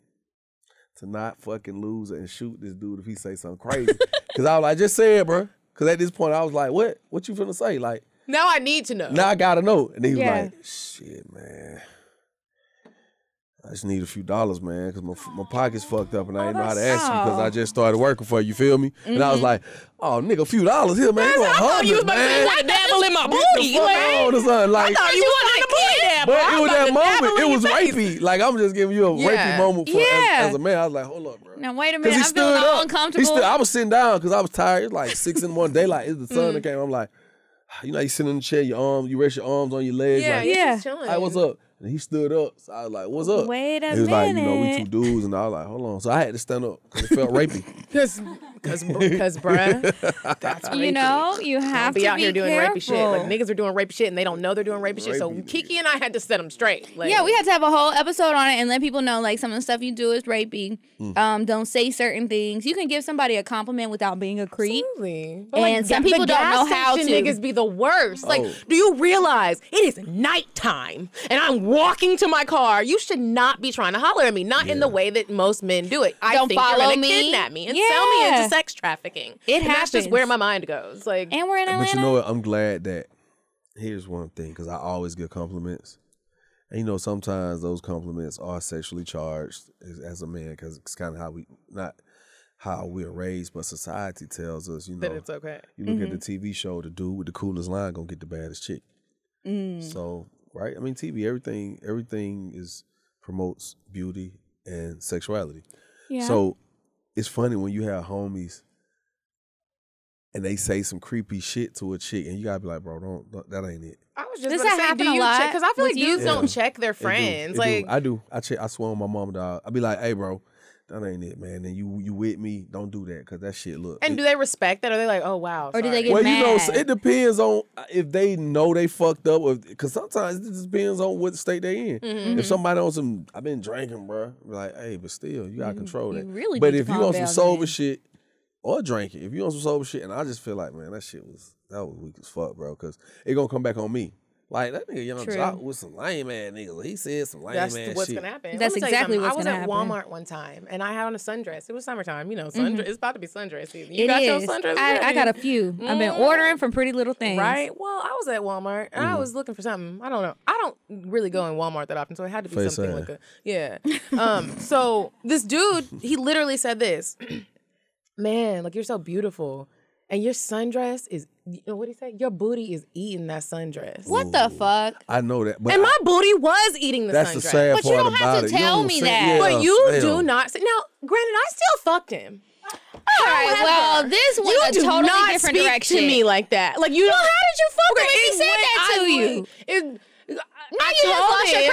to not fucking lose and shoot this dude if he say something crazy. Cause I was like, just say it, bro. Cause at this point I was like, what? What you finna say? Like, Now I need to know. now I gotta know. And he was Yeah. like, shit, man. I just need a few dollars, man, because my, my pocket's fucked up and I didn't know how to ask you because I just started working for you, you feel me? And I was like, oh, nigga, a few dollars here, man. You want hundred, man. dabble in my Get the fuck on or something. Like, you wanted to kidnap. but it was that moment. It was rapey. Like, I'm just giving you a Yeah. rapey moment for as- Yeah. as, a man. I was like, hold up, bro. Now wait a Cause minute. he I'm stood feeling all up. He uncomfortable. stood, I was sitting down because I was tired. It's like six in one day. Like it's the Mm. sun that came. I'm like, "Ah, you know, you sitting in the chair, your arms, you rest your arms on your legs. Yeah, like, Yeah. yeah. "Hey, what's up? And he stood up. So I was like, what's up? Wait a and he was like, you know, we two minute. dudes. And I was like, hold on. So I had to stand up 'cause it felt rapey. Cause, cause, cause, bruh, you know, you have be to out be here doing careful. rapey shit. Like niggas are doing rapey shit and they don't know they're doing rapey shit. So Rapey, dude. Kiki and I had to set them straight. Like, Yeah, we had to have a whole episode on it and let people know like some of the stuff you do is rapey. Mm. Um, don't say certain things. You can give somebody a compliment without being a creep. Absolutely. But, like, And some the people don't gas know how station to. Niggas be the worst. Like, Oh. do you realize it is nighttime and I'm walking to my car? You should not be trying to holler at me. Not in the way that most men do it. I Don't think you're follow gonna me. kidnap me and sell me Yeah. into sex trafficking. It and That's just happens. where my mind goes. Like, And we're in Atlanta. But you know what? I'm glad that here's one thing because I always get compliments. And you know, sometimes those compliments are sexually charged as, as a man because it's kind of how we, not how we're raised, but society tells us, you know, that it's okay. you look at the TV show, the dude with the coolest line gonna get the baddest chick. Mm. So, right? I mean, TV, everything, everything is promotes beauty and sexuality. yeah. So it's funny when you have homies and they say some creepy shit to a chick, and you gotta be like, bro, don't, don't- that ain't it. I was just Does gonna that say, happen do a you lot check? Because I feel with like dudes you? don't check their It do, friends. it do. Like, I do. I check. I swear on my mom, dog. I be like, hey, bro, that ain't it, man. And you you with me? Don't do that, cause that shit look. and it- do they respect that? Or are they like, oh wow? Or do they sorry. get- well, you know, mad. it depends on uh, if they know they fucked up, or because sometimes it just depends on what state they Mm-hmm. in. Mm-hmm. If somebody on some, I've been drinking, bro. Like, hey, but still, you gotta control that. really but need to if you calm on some down, sober man. shit or drinking, if you on some sober shit, and I just feel like, man, that shit was that was weak as fuck, bro, because it gonna come back on me. Like that nigga Young True. Jock was some lame ass niggas. He said some lame That's ass what's shit. gonna happen. Let That's me tell you exactly something. what's gonna I happen. Mm-hmm. was at Walmart one time and I had on a sundress. It was summertime, you know. Sundress. It's about to be sundress season. You It got your is. sundress. I, I ready. got a few. I've been ordering from Pretty Little Things. Mm-hmm. Right. Well, I was at Walmart and I was looking for something. I don't know. I don't really go in Walmart that often, so it had to be Face something ass. like a yeah. Um. so this dude, he literally said this, "Man, like you're so beautiful." And your sundress is, you know, what do you say? Your booty is eating that sundress. What the fuck? I know that, but And my booty was eating the that's sundress. the sad But you part don't have about to it. You tell don't me say- that. yeah, But you do damn. not say, now, granted, I still fucked him. All right, well, this You went a do totally not different speak direction. to me like that. Like you Well, don't. how did you fuck him Okay, if he it said that went- to I you? went- it- Now I you just told lost your him-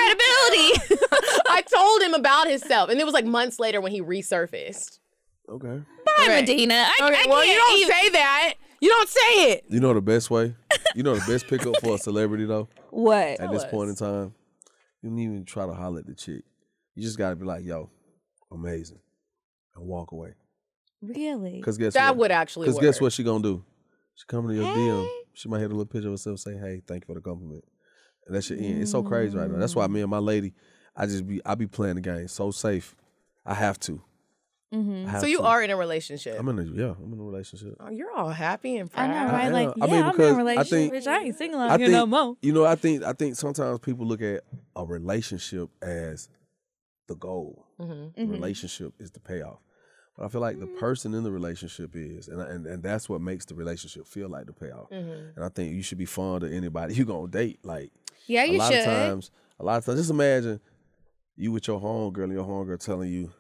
credibility. I told him about himself, and it was like months later when he resurfaced. Okay. Bye, Right. Medina. I, Okay, I well can't you don't even- say that. You don't say it. You know the best way. You know the best pickup for a celebrity though. what. At this point in time, you don't even try to holler at the chick. You just gotta be like, "Yo, amazing," and walk away. Really? Cause guess That what? would actually Because work. guess what she gonna do? She coming to your DM. She might hit a little picture of herself saying, "Hey, thank you for the compliment." And that shit end. It's so crazy right now. That's why me and my lady, I just be I be playing the game so safe. I have to. I have Mm-hmm. So you to. are in a relationship. I'm in a yeah. I'm in a relationship. Oh, you're all happy and I proud. know, right? am. Like, I mean, yeah, I'm in because a I relationship, think- bitch. I ain't single I out here think, no more. You know, I think I think sometimes people look at a relationship as the goal. The relationship is the payoff. But I feel like the person in the relationship is, and, and and that's what makes the relationship feel like the payoff. And I think you should be fond of anybody you gonna date. Like Yeah, a you lot should. of times, a lot of times, just imagine you with your homegirl and your homegirl telling you,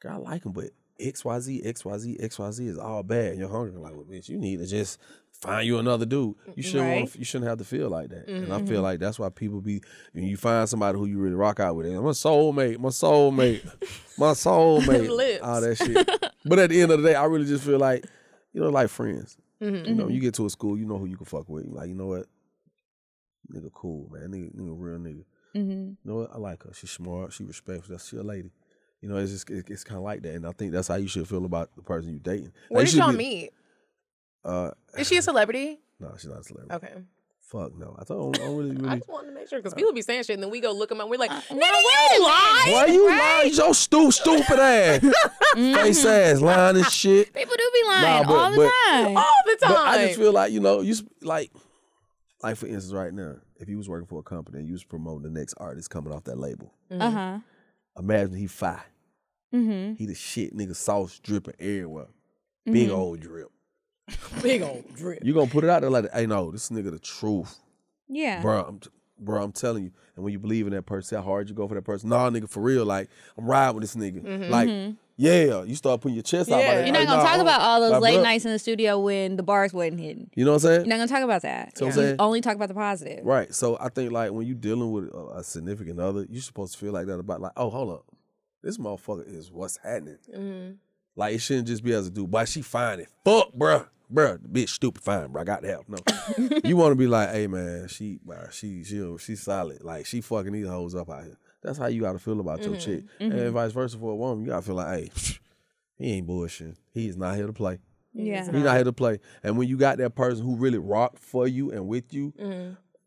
"Girl, I like him, but X Y Z X Y Z X Y Z is all bad." And your homegirl like, "Well, bitch, you need to just find you another dude. You shouldn't want. Mm, Right. Mm-hmm. To, you shouldn't have to feel like that." And I feel like that's why people be when you find somebody who you really rock out with. And my soulmate, my soulmate, my soulmate, all that shit. but at the end of the day, I really just feel like you know, like friends. You know, you get to a school, you know who you can fuck with. Like, you know what? Nigga cool, man. Nigga, nigga real nigga. You know what? I like her. She's smart. She respectful. That's she a lady. You know, it's just it- it's kind of like that, and I think that's how you should feel about the person you dating. Now, Where you did should y'all be- meet? Uh, Is she a celebrity? no, she's not a celebrity. Okay. Fuck no. I thought I don't really. Oh. I really just wanted to make sure because people be saying shit and then we go look them up. We're like, Uh, nigga, wait a you lie. why you lying? Your stu- stupid ass, face ass, lying and shit. People do be lying Nah, but- all the but- time. All the time. But I just feel like you know, you sp- like, like for instance, right now, if you was working for a company and you was promoting the next artist coming off that label, Uh huh. imagine he fire, Mm-hmm. he the shit, nigga, sauce dripping everywhere, big old drip. big old drip. You gonna put it out there like, hey, no, this nigga the truth, Yeah. bro. I'm, t- bro, I'm telling you. And when you believe in that person, see how hard you go for that person. Nah, nigga, for real, like I'm riding with this nigga, like. Yeah, you start putting your chest out. Yeah. About that. Mm-hmm. You're not Like, gonna uh, nah, talk I'm- about all those like, late bruh, nights in the studio when the bars wasn't hitting. You know what I'm saying? You're not gonna talk about that. So I'm You saying- only talk about the positive. Right. So I think like when you dealing with a, a significant other, you're supposed to feel like that about like, oh, hold up, this motherfucker is what's happening. Like it shouldn't just be as a dude. Why she fine it? Fuck, bruh. Bruh, the bitch stupid fine, bruh. I got the help. No. you want to be like, hey man, she, bruh, she, she, she solid. Like she fucking these hoes up out here. That's how you gotta feel about your chick. And vice versa for a woman, you gotta feel like, hey, he ain't bullshitting. He is not here to play. Yeah. He's not here to play. And when you got that person who really rocked for you and with you,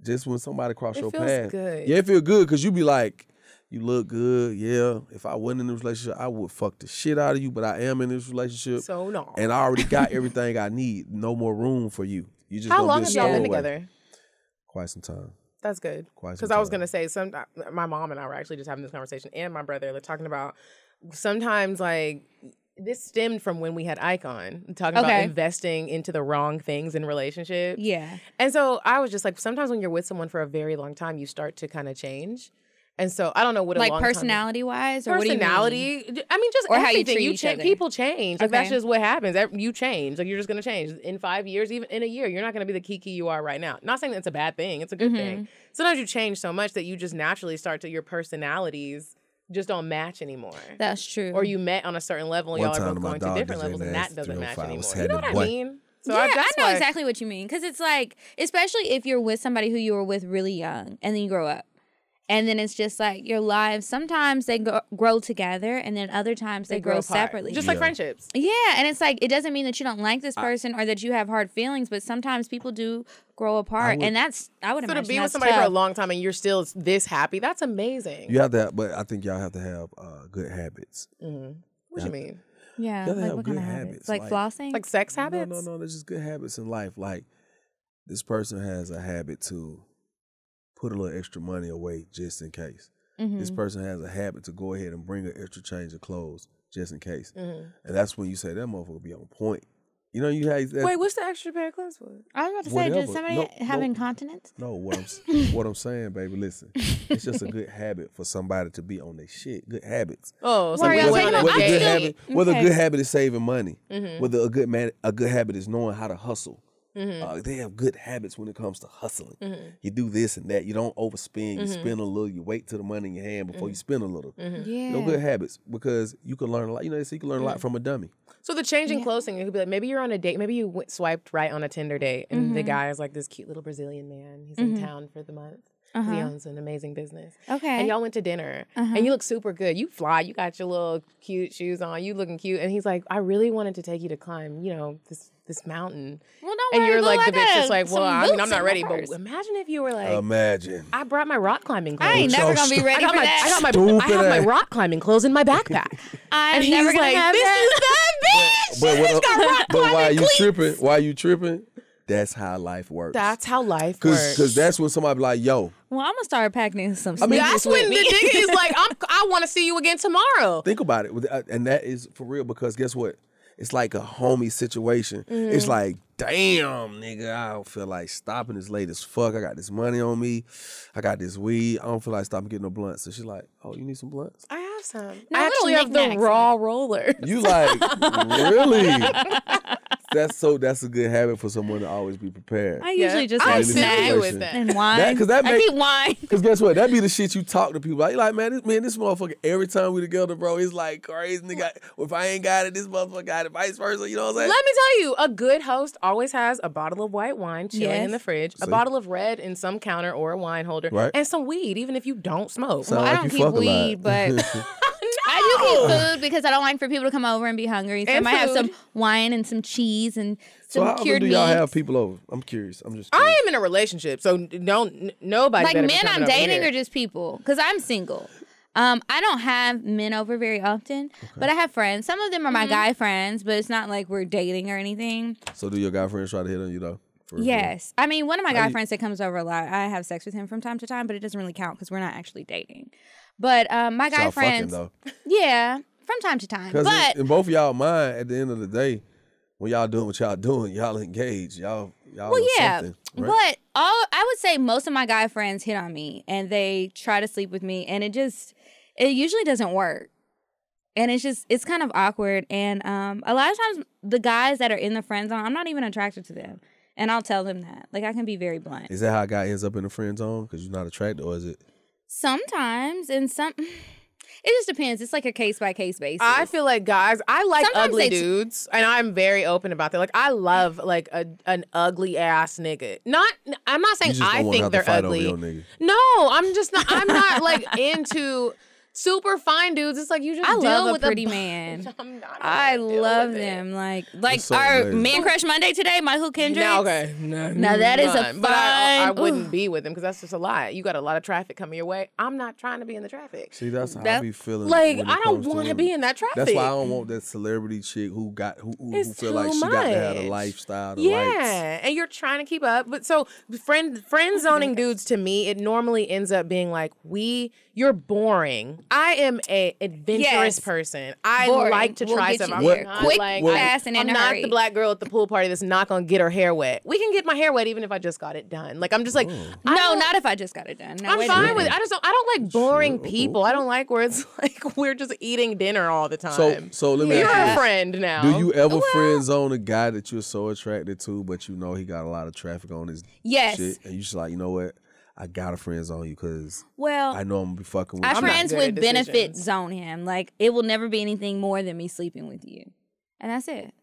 just when somebody cross your Mm-hmm. feels path, good. yeah, it feel good because you be like, you look good, yeah. If I wasn't in this relationship, I would fuck the shit out of you. But I am in this relationship, So no. and I already got everything I need. No more room for you. You just How gonna long be a have y'all been stowaway. together? Quite some time. That's good. Quite Because some I was time. gonna say some. uh, My mom and I were actually just having this conversation, and my brother. They're talking about sometimes like this stemmed from when we had Icon talking Okay. about investing into the wrong things in relationships. Yeah. And so I was just like, sometimes when you're with someone for a very long time, you start to kind of change. And so I don't know what a Like long time- personality wise, or What do you mean? personality. d- I mean, just Or how you everything. treat each cha- other. People change. Like, That's Okay. just what happens. Ev- You change. Like you're just gonna change in five years, even in a year. You're not gonna be the Kiki you are right now. Not saying that's a bad thing. It's a good thing. Mm-hmm. Sometimes you change so much that you just naturally start to your personalities just don't match anymore. That's true. or you met on a certain level and One y'all are time both my going to dog different DJ levels, and that Nasty doesn't match 305 anymore. was You know what having I what? mean? So yeah, I, that's know why- exactly what you mean. Because it's like, especially if you're with somebody who you were with really young and then you grow up. And then it's just like your lives, sometimes they go, grow together and then other times they, grow, apart. separately. just like friendships. yeah, and it's like, it doesn't mean that you don't like this person or that you have hard feelings, but sometimes people do grow apart. and that's, I would So to imagine. be with that's somebody for a tough. long time and you're still this happy, that's amazing. You have to, have, but I think y'all have to have uh, good habits. What do you mean? Yeah, You gotta like have what good kind of habits? habits, Like, like- flossing? Like sex habits? No, no, no. There's just good habits in life. Like this person has a habit to put a little extra money away just in case. This Mm-hmm. person has a habit to go ahead Mm-hmm. and bring an extra change of clothes just in case. And that's when you say that motherfucker be on point. You know, you had that, Wait, what's the extra pair of clothes for? I was about to say, Whatever. did somebody Nope, have nope. incontinence? No, what I'm s- what I'm saying, baby. Listen, it's just a good habit for somebody to be on their shit. Good habits. Oh, so Mario, we I'm went taking on my- a I good still- date. habit, whether a okay. Mm-hmm. good habit is saving money, whether a good man, a good habit is knowing how to hustle. Mm-hmm. Uh, they have good habits when it comes to hustling. You do this and that. You don't overspend. Mm-hmm. You spend a little. You wait till the money in your hand before you spend a little. Yeah. No good habits because you can learn a lot. You know, they say you can learn Mm. a lot from a dummy. So the changing clothes thing, it could be like maybe you're on a date, maybe you went, swiped right on a Tinder date, and Mm-hmm. the guy is like this cute little Brazilian man. He's in town for the month. 'cause He owns an amazing business. Uh-huh. Okay. Uh-huh. And y'all went to dinner, and you look super good. You fly. You got your little cute shoes on. You looking cute. And he's like, I really wanted to take you to climb, you know, this this mountain. Well, don't and worry, you're boo, like I the bitch got that's like, well, some I mean, boots I'm not in my ready, but purse. imagine if you were like, Um, Imagine. I brought my rock climbing clothes. I ain't never y'all gonna be stupid. ready I got for my I that. got my I have my Stupid ass. rock climbing clothes in my backpack. I'm and he's never gonna like, have "This that. But, but, what- but why you tripping? Why you tripping? That's how life works. That's how life works. because that's when somebody be like, yo, Well, I'm gonna start packing some. mean, sneakers That's with when the me. nigga is like, I'm, I want to see you again tomorrow. Think about it, with- uh, and that is for real because guess what? It's like a homie situation. It's like, damn, nigga, I don't feel like stopping this late as fuck. I got this money on me, I got this weed. I don't feel like stopping getting no blunts. So she's like, oh, you need some blunts? I have some. No, I little actually have the knickknacks. raw roller. You like really? That's so. That's a good habit for someone to always be prepared. I usually Yeah. just I like sympathize Daily snacks situation. with that. and wine. That- 'cause that I make- need wine. Cause guess what? That be the shit you talk to people. Like, you like, man, this man, this motherfucker. Every time we together, bro, it's like crazy. Nigga, if I ain't got it, this motherfucker got it. Vice versa. You know what I'm saying? Let me tell you, a good host always has a bottle of white wine chilling in Yes. the fridge, a bottle of red in some counter or a wine holder, Right. and some weed, even if you don't smoke. Sound I like don't you keep fuck a lot. weed, but I do keep food because I don't like for people to come over and be hungry. So I And might have some food. wine and some cheese and So some how often cured do y'all meats. have people over? I'm curious. I'm just I curious. am in a relationship, so n- don't n- nobody. like better be men coming I'm over dating here. or just people? Because I'm single. Um, I don't have men over very often, but I have friends. Some of them are Mm-hmm. my guy friends, but it's not like we're dating or anything. so do your guy friends try to hit on you though? For real? Yes, I mean one of my guy you- friends that comes over a lot. I have sex with him from time to time, but it doesn't really count because we're not actually dating. But um, my guy Y'all fucking friends, though. yeah, from time to time. Because But in, in both of y'all mind, at the end of the day, when y'all doing what y'all doing, y'all engaged. Y'all y'all Well, are yeah, something. Right? but all I would say most of my guy friends hit on me and they try to sleep with me, and it just it usually doesn't work, and it's just it's kind of awkward. And um, a lot of times the guys that are in the friend zone, I'm not even attracted to them, and I'll tell them that. Like I can be very blunt Is that how a guy ends up in the friend zone? Because you're not attracted, or is it? sometimes, and some it just depends. It's like a case by case basis. I feel like guys, I like Sometimes ugly they t- dudes, and I'm very open about that. Like I love like a, an ugly ass nigga. Not, I'm not saying You just I don't want to think have to they're fight over ugly. your nigga. No, I'm just not. I'm not like into super fine dudes. It's like you just I deal love a with pretty bu- man. I'm not I gonna deal love with it. them. Like like so our amazing. man crush Monday today, Michael Kendrick. No, okay. No, Now that is a none. But I, I fun- wouldn't be with them because that's just a lot. You got a lot of traffic coming your way. I'm not trying to be in the traffic. See, that's how I That- be feeling. like, when it I don't comes wanna women. be in that That's why I traffic. don't want that celebrity chick who got who, who, who It's feel like too she got to have much. the lifestyle. The Yeah, likes. and you're trying to keep up. But so friend friend zoning dudes to me, it normally ends up being like we you're boring. I am a adventurous Yes. person. I Boring. like to We'll try get stuff. you I'm there. not Quick, like Well- fast, and in I'm a not hurry. the black girl at the pool party that's not gonna get her hair wet. We can get my hair wet even if I just got it done. Like I'm just like Oh. I No, don't- not if I just got it done. No, I'm wait a fine minute. with. I just don't. I don't like boring people. I don't like where it's like we're just eating dinner all the time. So so let me. you're ask you a this. friend now. Do you ever friend zone a guy that you're so attracted to, but you know he got a lot of traffic on his Yes. shit, and you just like, you know what? I gotta friend zone you because Well, I know I'm gonna be fucking with Oh. I you. friends good with at benefit decisions. zone him. Like it will never be anything more than me sleeping with you, and that's it.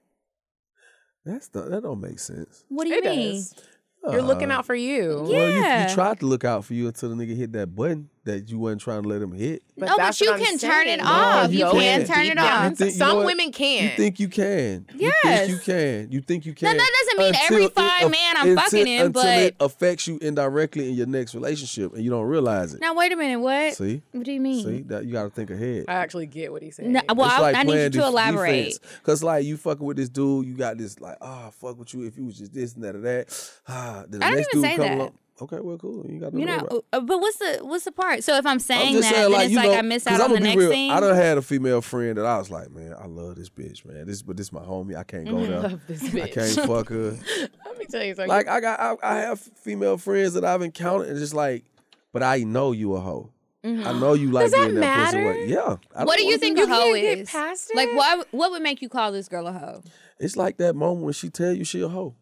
That's not, that don't make sense. What do you It Uh, mean? does. You're looking out for you. Well, you, Yeah. you tried to look out for you until the nigga hit that button that you wasn't trying to let him hit. But No, Oh, but that's what you I'm can turn it saying. off. No, you go can't in turn deep it down. off. You think- you know Some what? women can. You think you can? Yes. You think you can? You think you Now, can? that doesn't mean every it fine aff- man I'm until- fucking in, until it affects you indirectly in your next relationship, and you don't realize it. Now wait a minute. What? See, What do you mean? see that you got to think ahead. I actually get what he's saying. No, well, I, I need you to elaborate. Because, like, you fucking with this dude, you got this, like, ah, fuck with you if you was just this and that or that. Ah, then the I don't next even dude say come that. along. Okay, well, cool. You got You know, uh, but what's the what's the part? So if I'm saying that, I'm just then saying, like, it's you like know, I miss 'cause out on I'ma the be next real, thing. I done had a female friend that I was like, man, I love this bitch, man. This, but this my homie. I can't Mm-hmm. go there. this I can't fuck her. Let me tell you something. Like I got, I, I have female friends that I've encountered, and just like, but I know you a hoe. Mm-hmm. I know you like that getting that pussy. matter? wet. Yeah. I don't what do you want- think a hoe can't get is? past Like it? what what would make you call this girl a hoe? It's like that moment when she tell you she a hoe.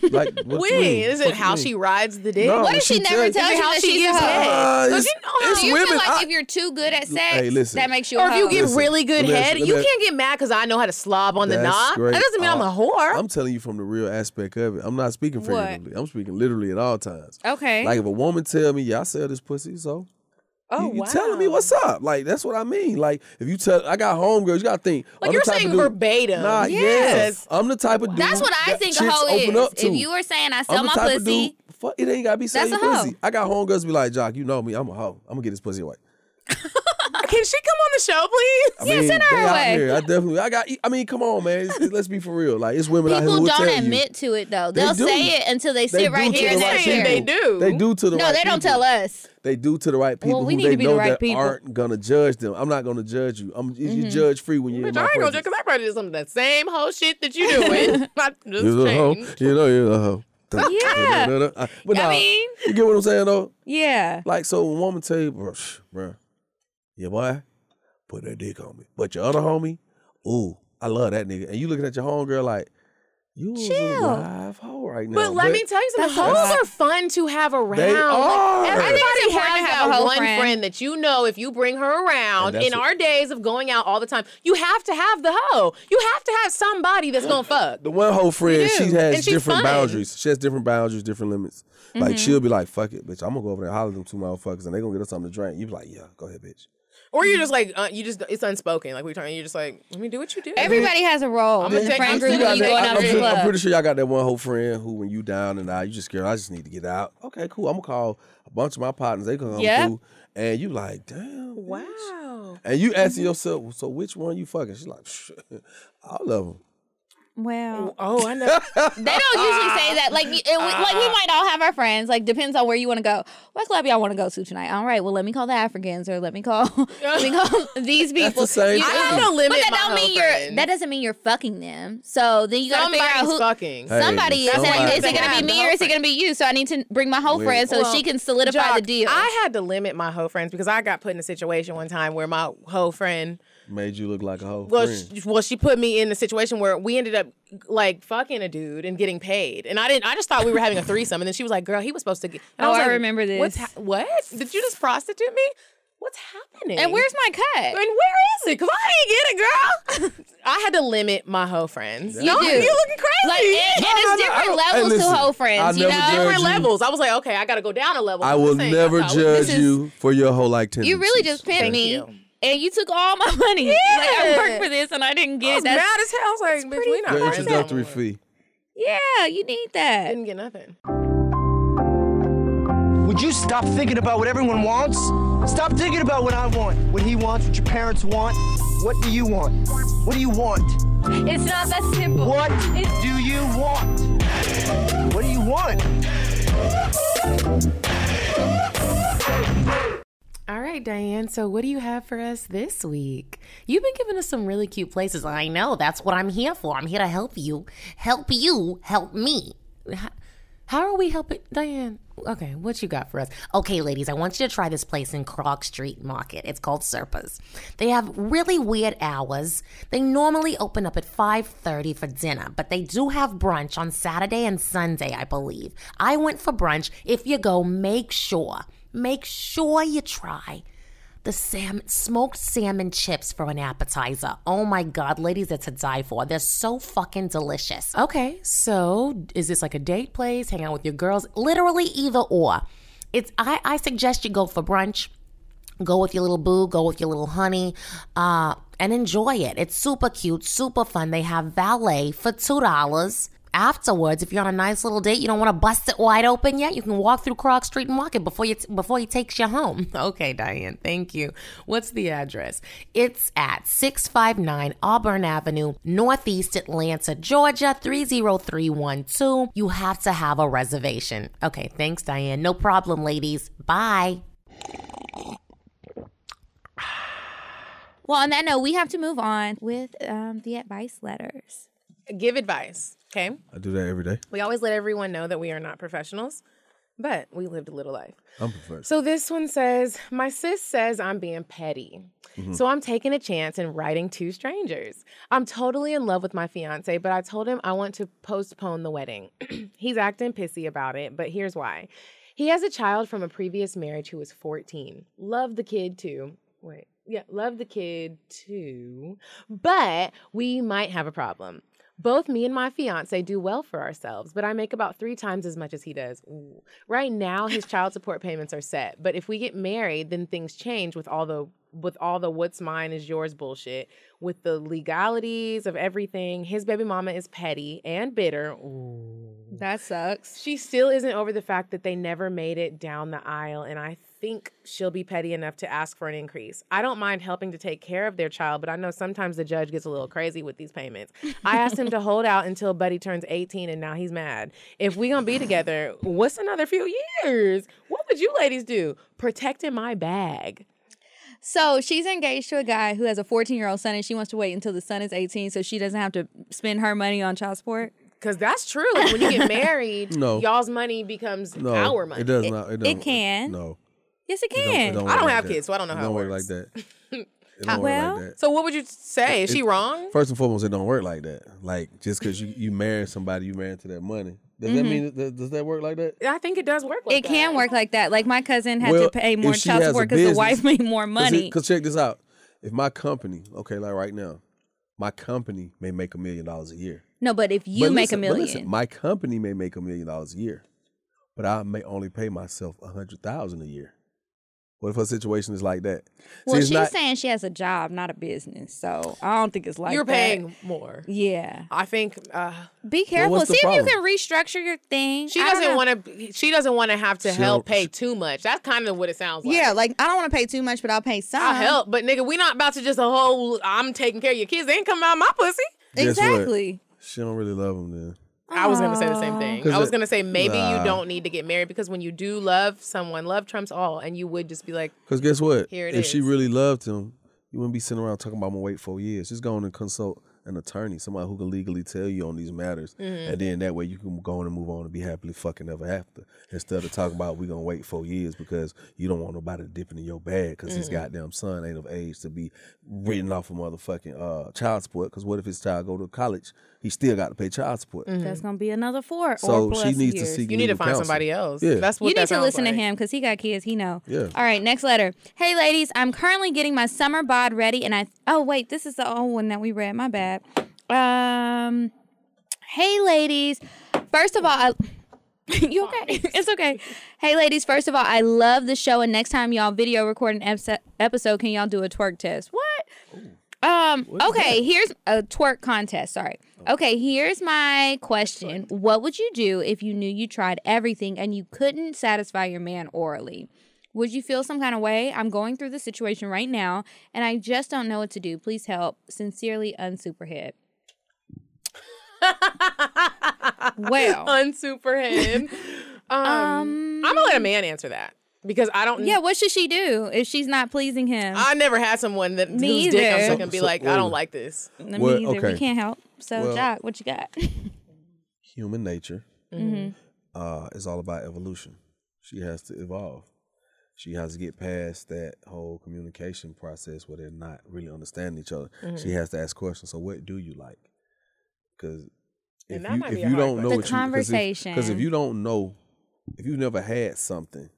Like, what you mean? is it Fuck you how mean? she rides the dick? No. What When if she, she never tells tell- you how that she she's a gives hoe? Uh, Don't it's, you know how it's Do you feel women. like I- if you're too good at sex, listen. that makes you a Or if you hoe? get Listen, really good listen, head, let you me- can't get mad because I know how to slob on the That's knob. great. That doesn't mean I'm Uh, a whore. I'm telling you from the real aspect of it. I'm not speaking What? figuratively. I'm speaking literally at all times. Okay. Like if a woman tell me, "Yeah, I sell this pussy," so oh, you, you wow. telling me what's up? Like that's what I mean. Like if you tell, I got homegirls. You got to think. Like I'm the you're type of saying dude- verbatim. Nah, Yes. yeah. I'm the type of dude. That's what I that think a chicks hoe open is. up to. If you were saying I sell I'm the my type of pussy, dude, fuck, it ain't gotta be selling That's a hoe. pussy. I got homegirls be like, Jock, you know me. I'm a hoe. I'm gonna get this pussy away. Uh, Can she come on the show, please? I mean, send her they out away. here. I definitely. I got. I mean, come on, man. It's- it's- let's be for real. Like it's women out here people who will tell don't you. admit to it though. They They'll do. say it until they sit They right do there to and the then right there. They do. people. They do to the No, right they don't people. tell us. They do to the right people we who need they to be the know right that people. Mm-hmm. aren't gonna judge them. I'm not gonna judge you. I'm you judge free when you're in Bitch, my I ain't gonna presence. because I probably did some of that same whole shit that you doing. I just You're a hoe. changed. You know you're a hoe. Yeah. But nah, mean- you get what I'm saying though. Yeah. Like so, when a woman tell you, bro, shh, bro, yeah, boy, put that dick on me. But your other homie, ooh, I love that nigga. And you looking at your homegirl like, you was a Chill. live hoe right now. But let me tell you something. That's- Hoes are fun to have around. They are. Like, I think everybody it's important has to have a that hoe one friend. friend. that you know. If you bring her around And that's in what- our days of going out all the time, you have to have the hoe. You have to have somebody that's gonna fuck. The one whole do. friend, she has And she's Mm-hmm. different fun. boundaries. She has different boundaries, different limits. Like she'll be like, "Fuck it, bitch, I'm gonna go over there and holler at them two motherfuckers, and they gonna get us something to drink." You be like, "Yeah, go ahead, bitch." Or you're just like uh, you just it's unspoken. Like we talking, you're just like let me do what you do. Everybody has a role in gonna the take- friend I'm group still when got you that- going I'm, out to the pretty- I'm club. pretty sure y'all got that one whole friend who, when you down and out, you just scared. I just need to get out. Okay, cool. I'm gonna call a bunch of my partners. They gonna come Yeah. through, and you like, damn. bitch." wow. And you asking yourself, so which one you fucking? She's like, "Psh, all of them. Well, uh, Oh, I know. they don't usually say that. Like, it, like we might all have our friends. Like, depends on where you want to go. What club y'all want to go to tonight? All right. Well, let me call the Africans, or let me call, let me call these people. same You thing. know? I'm gonna limit but that my don't mean hoe you're. friends. That doesn't mean you're fucking them. So then you got to figure out Somebody's who. fucking. Hey, Somebody is. somebody- And is it Yeah, gonna be the me whole or is it gonna be you? So I need to bring my whole Well- friend so she can solidify the Jock, deal. I had to limit my hoe friends because I got put in a situation one time where my hoe friend Made you look like a whole well, friend. she, well, she put me in a situation where we ended up like fucking a dude and getting paid, and I didn't. I just thought we were having a threesome, and then she was like, "Girl, he was supposed to get." And Oh, was I like, remember this. What's ha- what? Did you just prostitute me? What's happening? and where's my and cut? where is it? Cause I ain't get it, girl. I had to limit my hoe friends. You do. you looking crazy. Like, and, and it's no, no, I different don't- hey, levels listen, to whole friends, I you never know? judge different you. levels. I was like, okay, I got to go down a level. I I'm will saying, never that's how I was- judge you for your whole like tendencies. You really just pimped me, you. and you took all my money. Like I worked for this, and I didn't I get was it. That's- mad as hell. I was like, bitch, we not Your friends no introductory more. fee. yeah, you need that. Didn't get nothing. Would you stop thinking about what everyone wants? Stop thinking about what I want, what he wants, what your parents want. What do you want? What do you want? It's not that simple. What do you want? What do you want? All right, Diane. So, what do you have for us this week? You've been giving us some really cute places. I know. That's what I'm here for. I'm here to help you. Help you. Help me. H- How are we helping? Diane, okay, what you got for us? Okay, ladies, I want you to try this place in Krog Street Market. It's called Serpas. They have really weird hours. They normally open up at 5:30 for dinner, but they do have brunch on Saturday and Sunday, I believe. I went for brunch. If you go, make sure. Make sure you try the salmon, smoked salmon chips for an appetizer. Oh my god, ladies, it's a die for. They're so fucking delicious. Okay, so is this like a date place? Hang out with your girls? Literally either or. It's I, I suggest you go for brunch. Go with your little boo, go with your little honey, uh, and enjoy it. It's super cute, super fun. They have valet for two dollars. afterwards, if you're on a nice little date, you don't want to bust it wide open yet. You can walk through Croc Street and Market before you before he takes you home. Okay, Diane, thank you. What's the address? It's at 659 Auburn Avenue, Northeast Atlanta, Georgia 30312. You have to have a reservation. Okay, thanks, Diane. No problem, ladies. Bye. Well, on that note, we have to move on with um, the advice letters. Give advice, okay? I do that every day. We always let everyone know that we are not professionals, but we lived a little life. I'm professional. So this one says, My sis says I'm being petty. So I'm taking a chance and writing two strangers. I'm totally in love with my fiance, but I told him I want to postpone the wedding. He's acting pissy about it, but here's why. He has a child from a previous marriage who was 14. Love the kid too. Wait. Yeah, love the kid too. But we might have a problem. Both me and my fiance do well for ourselves, but I make about three times as much as he does. Ooh. Right now, his child support payments are set, but if we get married, then things change with all the with all the what's mine is yours bullshit, with the legalities of everything. His baby mama is petty and bitter. Ooh. That sucks. She still isn't over the fact that they never made it down the aisle, and I think she'll be petty enough to ask for an increase. I don't mind helping to take care of their child, but I know sometimes the judge gets a little crazy with these payments. I asked him to hold out until Buddy turns 18, and now he's mad. If we gonna be together, what's another few years? What would you ladies do? Protecting my bag. So she's engaged to a guy who has a 14 year old son, and she wants to wait until the son is 18 so she doesn't have to spend her money on child support. Cause that's true. Like, when you get married, No. y'all's money becomes No, our money. It does not. It, doesn't- can. No, Yes, it it don't- can. it I don't work have that. kids, so I don't know how it don't work works. like that. It don't Well, work like that. So what would you say? Is she It- wrong? First and foremost, it don't work like that. Like just because you you marry somebody, you marry to that money. Does Mm-hmm. that mean that- that, does that work like that? I think it does work. Like It can that. work like that. Like my cousin had to Well, pay if more she child has a support because the business- wife made more money. Because check this out. If my company, okay, like right now, my company may make a million dollars a year. no, but if you But make listen- a but million, listen, my company may make a million dollars a year, but I may only pay myself a hundred thousand a year. What if her situation is like that? See, well, it's she's not- saying she has a job, not a business. So I don't think it's like You're that. paying more. Yeah, I think uh, be careful. what's the See if you problem? can restructure your thing. she I don't doesn't know. want to. She doesn't want to have to She help don't- pay she- too much. That's kind of what it sounds like. Yeah, like I don't want to pay too much, but I'll pay some. I'll help, but nigga, we not about to just a whole. I'm taking care of your kids. They ain't coming out of my pussy. Guess what? Exactly. She don't really love him then. I was gonna say the same thing. 'Cause I was it- gonna say maybe you Nah. don't need to get married because when you do love someone, love trumps all, and you would just be like, Because guess what? Here it if she is. really loved him, you wouldn't be sitting around talking about I'm gonna wait four years. Just go on and consult an attorney, somebody who can legally tell you on these matters, Mm-hmm. and then that way you can go on and move on and be happily fucking ever after. Instead of talking about we gonna wait four years because you don't want nobody dipping in your bag because his Mm-hmm. goddamn son ain't of age to be written off of motherfucking uh, child support. Because what if his child go to college? He still got to pay child support. That's gonna be another four or So plus she needs years. to seek Mm-hmm. you need to legal find counsel. somebody else. Yeah. That's what You that need to sounds listen like. to him because he got kids. He know. Yeah. All right. Next letter. Hey, ladies. I'm currently getting my summer bod ready, and I. Oh wait, this is the old one that we read. My bad. Um. Hey, ladies. First of all, I. you okay? It's okay. Hey, ladies. First of all, I love the show, and next time y'all video record an epso- episode, can y'all do a twerk test? What? Um. Okay. Here's a twerk contest. Sorry. Oh. Okay. Here's my question. What would you do if you knew you tried everything and you couldn't satisfy your man orally? Would you feel some kind of way? I'm going through the situation right now, and I just don't know what to do. Please help. Sincerely, unsuperhead. well, Unsuper him. um, I'm gonna let a man answer that because I don't. yeah. What should she do if she's not pleasing him? I never had someone that Me whose dick I'm either. sucking be So- like, wait I a don't minute. like this. I mean, well, either. We okay. can't help. So, Well- Jock, what you got? human nature uh, is all about evolution. She has to evolve. She has to get past that whole communication process where they're not really understanding each other. She has to ask questions. So, what do you like? Because if And that you, might if be a you hard don't know The what you, because if, conversation. you don't know, if you never had something,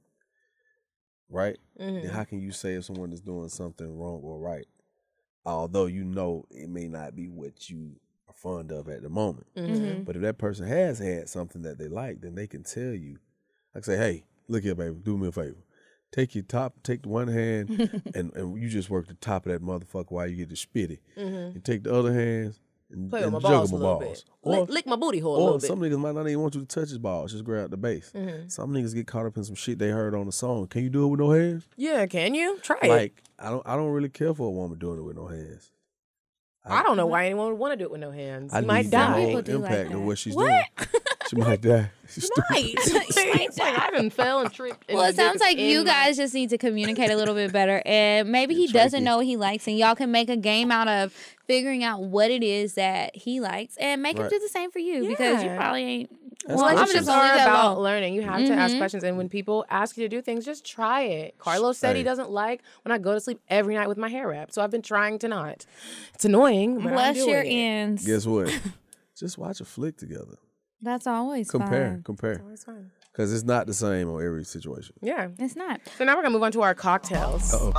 right? Mm-hmm. Then how can you say if someone is doing something wrong or right? Although you know it may not be what you are fond of at the moment. Mm-hmm. But if that person has had something that they like, then they can tell you. I can say, hey, look here, baby, do me a favor. Take your top, take the one hand, and, and you just work the top of that motherfucker while you get the spitty. And take the other hand and, Mm-hmm. Play with and my juggle balls a my little balls. bit. Or, lick, lick my booty hole a or little bit. Mm-hmm. some niggas might not even want you to touch his balls, just grab the base. Some niggas get caught up in some shit they heard on the song. Can you do it with no hands? Yeah, can you try it? Like I don't, I don't really care for a woman doing it with no hands. I don't know why anyone would want to do it with no hands. I you might need the die. whole People do like impact that. of what she's doing. She might die. She's stupid. it's like I done fell and tripped. and Well, it the dick sounds is like you in my- guys just need to communicate a little bit better, and maybe he doesn't know what he likes, and y'all can make a game out of figuring out what it is that he likes, and make him Right. do the same for you because you Yeah. probably ain't. That's well, I'm delicious. just It's gonna are leave that about alone. learning. You have to Mm-hmm. ask questions. And when people ask you to do things, just try it. Carlos said he Hey. doesn't like when I go to sleep every night with my hair wrapped. So I've been trying to not. It's annoying. But I'm Bless doing your it. ends. Guess what? just watch a flick together. That's always Compare, fun. compare. Because it's not the same on every situation. Yeah. It's not. So now we're going to move on to our cocktails. Oh.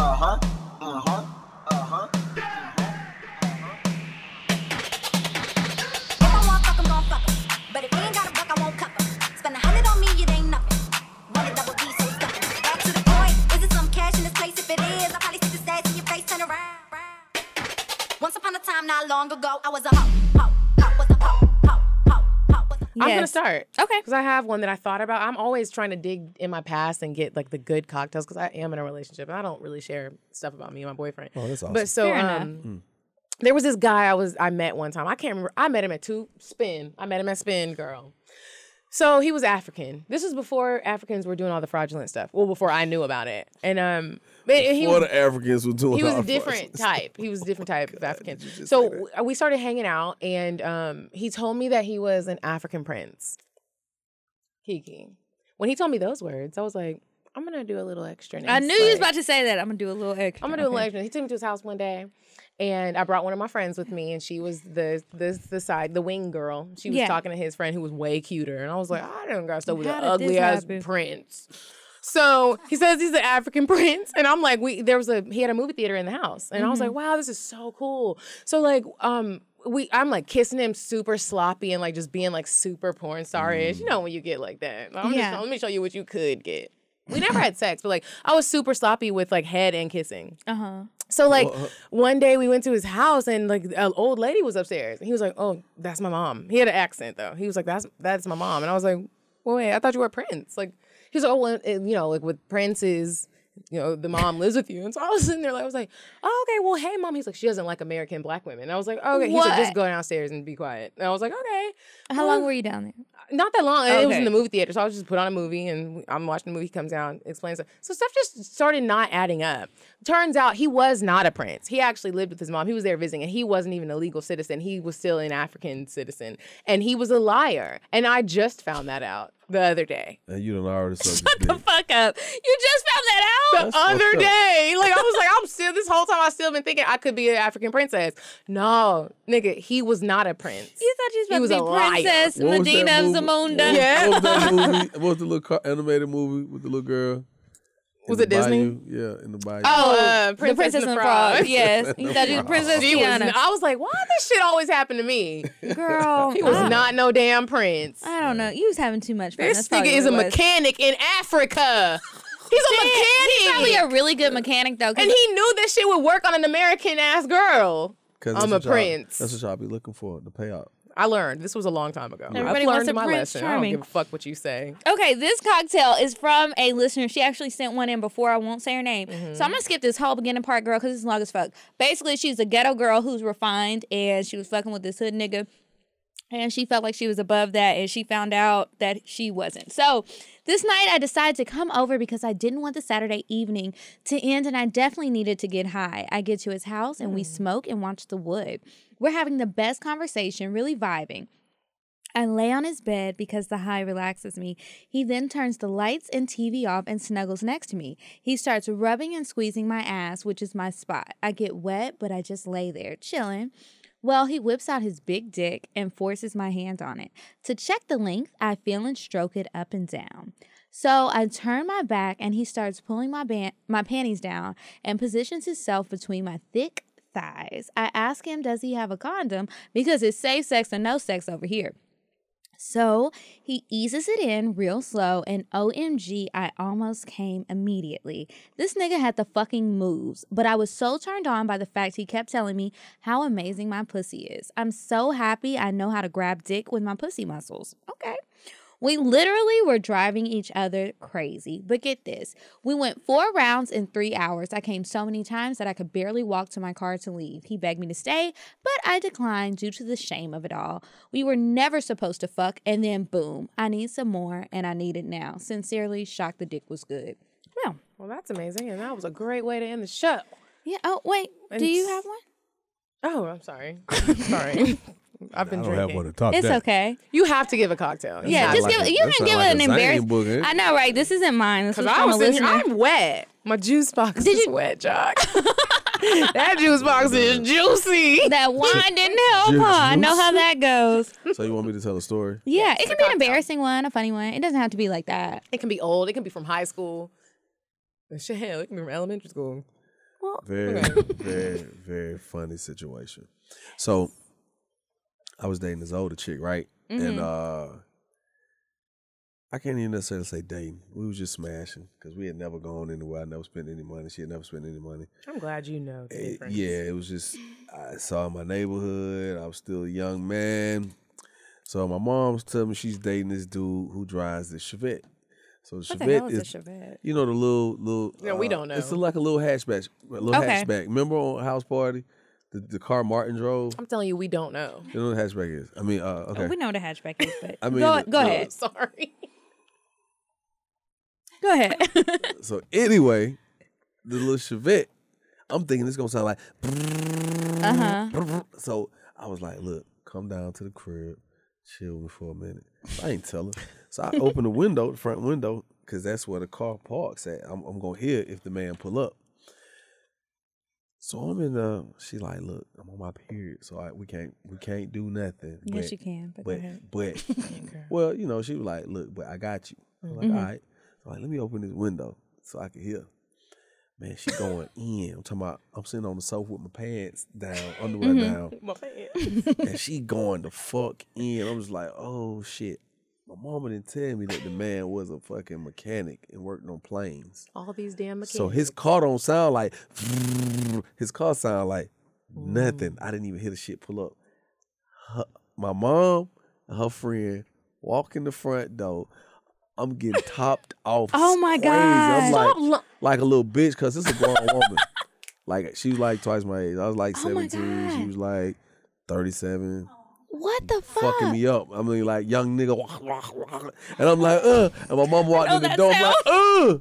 If I want fuck, I'm gon' fuck 'em. But if you ain't got a buck, I won't cup 'em. Spend a hundred on me, it ain't nothing. One double D, so stuck 'em. Back to the point, is it some cash in this place? If it is, I'll probably stick the stats in your face, turn around. Once upon a time, not long ago, I was a hoe, hoe, hoe, was a hoe, hoe, hoe, hoe, was a I'm going to Yes. start. Okay. Because I have one that I thought about. I'm always trying to dig in my past and get like the good cocktails because I am in a relationship and I don't really share stuff about me and my boyfriend. Oh, that's awesome. Mm. But so, Fair enough. um, there was this guy I was I met one time. I can't remember. I met him at two spin. I met him at spin, girl. So he was African. This was before Africans were doing all the fraudulent stuff. Well, before I knew about it. And um, but he Or was, the Africans were doing he was all a the different fucking- type. He was a different type of African. So w- uh, we started hanging out, and um, he told me that he was an African prince. Kiki. When he told me those words, I was like, I'm gonna do a little extra. I next, knew you was like- about to say that. I'm gonna do a little extra. I'm gonna do a little extra. He took me to his house one day, and I brought one of my friends with me, and she was the the the side the wing girl. She was Yeah. talking to his friend who was way cuter, and I was like, I don't got stuff with an How did this ugly ass happen? prince. So he says he's an African prince, and I'm like, we there was a he had a movie theater in the house, and I was like, wow, this is so cool. So like, um. We, I'm like kissing him super sloppy and like just being like super porn star ish. You know when you get like that. I'm just- Yeah. let me show you what you could get. We never had sex, but like I was super sloppy with like head and kissing. Uh huh. So like one day we went to his house and like an old lady was upstairs and he was like, "Oh, that's my mom." He had an accent though. He was like, "That's that's my mom," and I was like, "Well, wait, I thought you were Prince." Like he was like, "Oh, well, it- you know, like with Prince's." You know, the mom lives with you. And so I was sitting there, like, I was like, oh, okay, well, hey, mom. He's like, she doesn't like American black women. And I was like, okay. He's like, just What? go downstairs and be quiet. And I was like, okay. How long were you down there? Not that long. It was Okay. in the movie theater. So I was just put on a movie and I'm watching the movie. He comes down, explains it. So stuff just started not adding up. Turns out he was not a prince. He actually lived with his mom. He was there visiting and he wasn't even a legal citizen. He was still an African citizen. And he was a liar. And I just found that out the other day. And you done already sucked his dick. Fuck up. You just found that out. The other fucked up. day. Like I was like, I'm still this whole time I still been thinking I could be an African princess. No, nigga, he was not a prince. You thought you He was was about a to liar. be Princess What was that Medina movie? Zamunda. Yeah. What was that movie? What was the little car- animated movie with the little girl? Was in it the Disney? bayou? Yeah, in the bayou. Oh, uh, the Princess and the Frog. Yes, you thought you was Princess She was, Tiana. I was like, why this shit always happen to me? Girl, He was I, not no damn prince. Ah. I don't know. You was having too much fun. This That's nigga probably is a what it was. mechanic in Africa. He's a He's mechanic. probably a really good mechanic though. 'cause and he knew this shit would work on an American ass girl. 'Cause that's I'm a what y'all- prince. That's what y'all be looking for, the payout. I learned. This was a long time ago. Everybody I've wants learned a my Prince lesson. I Charming. don't give a fuck what you say. Okay, this cocktail is from a listener. She actually sent one in before. I won't say her name. So I'm going to skip this whole beginning part, girl, because it's long as fuck. Basically, she's a ghetto girl who's refined and she was fucking with this hood nigga. And she felt like she was above that and she found out that she wasn't. So this night I decided to come over because I didn't want the Saturday evening to end and I definitely needed to get high. I get to his house and we smoke and watch the wood. We're having the best conversation, really vibing. I lay on his bed because the high relaxes me. He then turns the lights and TV off and snuggles next to me. He starts rubbing and squeezing my ass, which is my spot. I get wet, but I just lay there, chilling. Well, he whips out his big dick and forces my hand on it. To check the length, I feel and stroke it up and down. So I turn my back and he starts pulling my ban- my panties down and positions himself between my thick thighs. I ask him, does he have a condom? Because it's safe sex or no sex over here. So he eases it in real slow, and OMG, I almost came immediately. This nigga had the fucking moves, but I was so turned on by the fact he kept telling me how amazing my pussy is. I'm so happy I know how to grab dick with my pussy muscles. Okay. We literally were driving each other crazy. But get this we went four rounds in three hours. I came so many times that I could barely walk to my car to leave. He begged me to stay, but I declined due to the shame of it all. We were never supposed to fuck, and then boom, I need some more, and I need it now. Sincerely, shocked the dick was good. Well, Well, that's amazing, and that was a great way to end the show. yeah. Oh, wait. Do you have one? Oh, I'm sorry. sorry. I've been I don't drinking. have one to top It's that. okay. You have to give a cocktail. Yeah, sound just like give a- it. You that didn't sound give like it an a Zion embarrassment. booger. I know, right? This isn't mine. This is Cause from I a was in here, listener. I'm wet. My juice box Did is you- wet, Jock. that juice box is Mm. juicy. that wine didn't help, huh? I know how that goes. So you want me to tell a story? Yeah, it can be an embarrassing one, a funny one. It doesn't have to be like that. It can be old. It can be from high school. Shit, hell, it can be from elementary school. Very, very, very funny situation. So I was dating this older chick, right? Mm-hmm. And uh I can't even necessarily say dating. We was just smashing because we had never gone anywhere. I never spent any money. She had never spent any money. I'm glad you know. The It- difference. Eh, yeah, it was just I saw my neighborhood. I was still a young man. So my mom's telling me she's dating this dude who drives this Chevette. So the Chevette hell is a Chevette? you know the little little. uh, No, we don't It's know. like a little hatchback. A little Okay. hatchback. Remember on House Party, the, the car Martin drove. I'm telling you, we don't know. You know what a hatchback is. I mean, uh, okay. We know what a hatchback is, but I mean, go, the- go the- ahead. Sorry. Go ahead. So anyway, the little Chevette. I'm thinking it's gonna sound like. Uh-huh. So I was like, look, come down to the crib, chill with me for a minute. I ain't tell her. So I open the window, the front window, because that's where the car parks at. I'm, I'm gonna hear if the man pull up. So I'm in the. She like, look, I'm on my period, so I, we can't we can't do nothing. yes, but- you can. But, go but ahead. but well, you know, she was like, "Look, but I got you." I'm Mm-hmm. like, "All right." So like, let me open this window so I can hear. Man, she going in. I'm talking about. I'm sitting on the sofa with my pants down, underwear Mm-hmm. down, and she going the fuck in. I'm just like, "Oh shit." My mama didn't tell me that the man was a fucking mechanic and worked on planes. All these damn mechanics. So his car don't sound like his car sound like Mm. nothing. I didn't even hear the shit pull up. Her- my mom and her friend walk in the front door. I'm getting topped off. Oh my crazy. I'm God. like, like a little bitch because this is a grown woman. Like she was like twice my age. I was like Oh my 17. she God. was like 37 What the fuck? fucking me up. I mean, like young nigga, wah, wah, wah. and I'm like, uh, and my mom walked in the that door, I'm like, uh,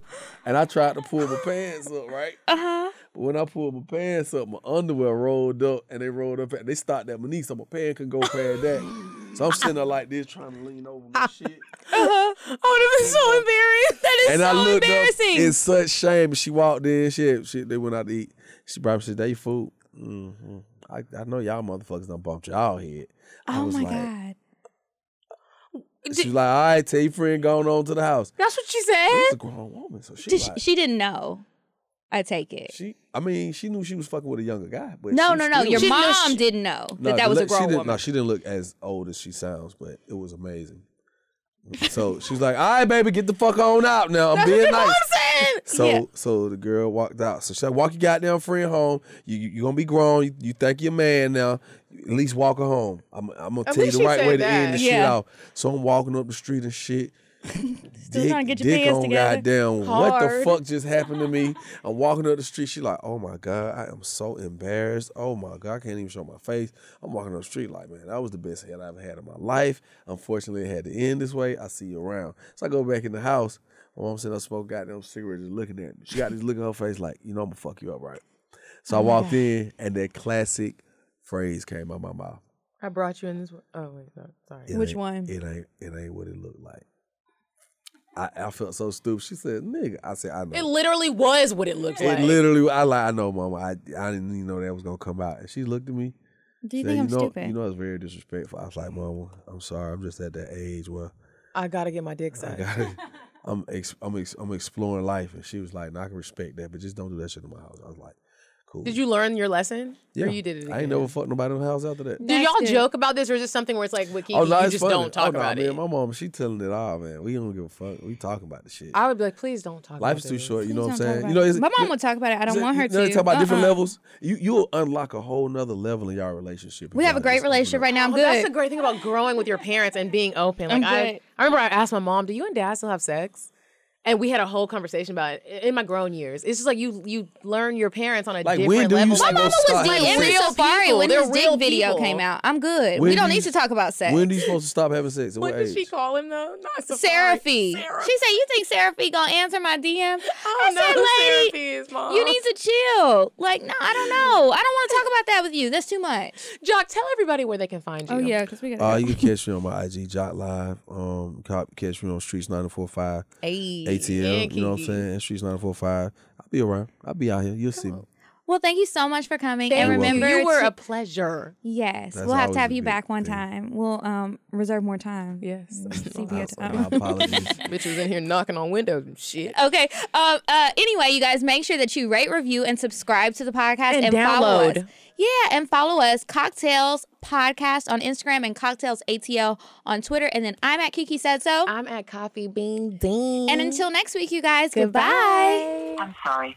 and I tried to pull my pants up, right? Uh huh. Uh-huh. But when I pulled my pants up, my underwear rolled up, and they rolled up, and they stopped at my knee, so my pants could go past that. So I'm sitting there like this, trying to lean over my shit, I would have been Oh, so embarrassed. That is and so I looked embarrassing. up. It's such shame. She walked in, shit, shit. They went out to eat. She brought me shit. They food. hmm I, I know y'all motherfuckers done bumped y'all head. I oh was my like, god. She's like, all right, tell your friend going on to the house. That's what she said. She's a grown woman, so she Did she, like, she, she didn't know. I take it. I mean, she knew she was fucking with a younger guy, but no, she no, no. still- Your She- mom didn't know that Nah, that was a the le- she grown didn't- woman. No, she didn't look as old as she sounds, but it was amazing. so she's like, all right, baby, get the fuck on out now. I'm being nice. So Yeah. so the girl walked out. So she said, walk your goddamn friend home. You you, you gonna be grown. You, you thank your man now. At least walk her home. I'm, I'm gonna tell you least the you right said way to that. end the shit Yeah. off. So I'm walking up the street and shit. Still trying to get your pants on together. goddamn. What the Hard. fuck just happened to me? I'm walking up the street. She like, oh my god, I am so embarrassed. Oh my god, I can't even show my face. I'm walking up the street like, man, that was the best head I ever had in my life. Unfortunately, it had to end this way. I see you around. So I go back in the house. My mom said I smoke goddamn cigarettes, just looking at me. She got this look on her face like, you know, I'm gonna fuck you up, right? So I Oh walked in, and that classic phrase came out my mouth. I brought you in this. One. Oh wait, no, sorry. It Which ain't- one? It ain't. It ain't what it looked like. I, I felt so stupid. She said, "Nigga," I said, "I know." It literally was what it looks It like. literally, I like, I know, mama. I, I didn't even know that was gonna come out. And she looked at me. Do you said, think I'm know, stupid? You know, it's very disrespectful. I was like, mama, I'm sorry. I'm just at that age where I gotta get my dick I sucked. got it. I'm ex- I'm ex- I'm exploring life, and she was like, "No, I can respect that, but just don't do that shit in my house." I was like, Cool. Did you learn your lesson? Yeah. Or you did it again? I ain't never fucked nobody in the house after that. Do y'all That's it. joke about this or is it something where it's like, Wiki, oh, no, you it's just funny. don't talk oh, no, about man, it? My mom, she telling it all, man. We don't give a fuck. We talking about the shit. I would be like, please don't talk Life's about too this. short. You know what I'm Please don't talk saying? about You know, it. it's- My mom you- will talk about it. I don't you- want her you know, they to. talk about different Uh-uh. levels. You you'll unlock a whole nother level in y'all relationship. if We have y'all a great just open relationship up. right now. I'm Well, that's the good. great thing about growing with your parents and being open. Like I'm I, good. I remember I asked my mom, "Do you and dad still have sex?" And we had a whole conversation about it in my grown years. It's just like you you learn your parents on a Like, when different do you level. say Like, no Mama stop? was Like, DMing real Safari people. when They're his real dick video people. came out. I'm good. When we don't do you- need to talk about sex. When do you supposed to stop having sex? At what what did she age? call him though? Not Safari. Seraphie. She said, "You think Seraphie gonna answer my DM?" I don't know who I said, Seraphie "Lady, is, Mom. you need to chill." Like, no, I don't know. I don't want to talk about that with you. That's too much. Jock. Tell everybody where they can find you. Oh yeah, because we gotta. Uh, you can catch me on my IG, Jot Live. Um, cop, catch me on Streets 945 Hey, ATL. and You know what I'm Kiki. saying? Streets 945. I'll be around. I'll be out here. You'll see me. well, thank you so much for coming. Thank and you. remember, you were to- a pleasure. yes, That's we'll have always to have a you big back one thing. time. We'll um reserve more time. Yes, CPR I- time. My apologies. bitch was in here knocking on windows and shit. Okay. Um. Uh. Anyway, you guys, make sure that you rate, review, and subscribe to the podcast And and, follow us. download. Yeah, and follow us, Cocktails Podcast on Instagram and Cocktails ATL on Twitter. And then I'm at Kiki Said So. I'm at Coffee Bean Dean. And until next week, you guys. goodbye. I'm sorry,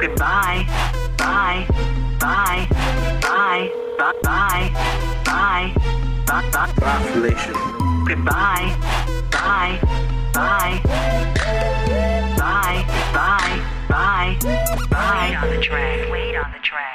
Goodbye. Bye. Bye. Bye. Bye. Bye. Bye. Bye. Bye. Population. Goodbye. Bye. Bye. Bye. Bye. Bye. Bye. Wait on the track. Wait on the track.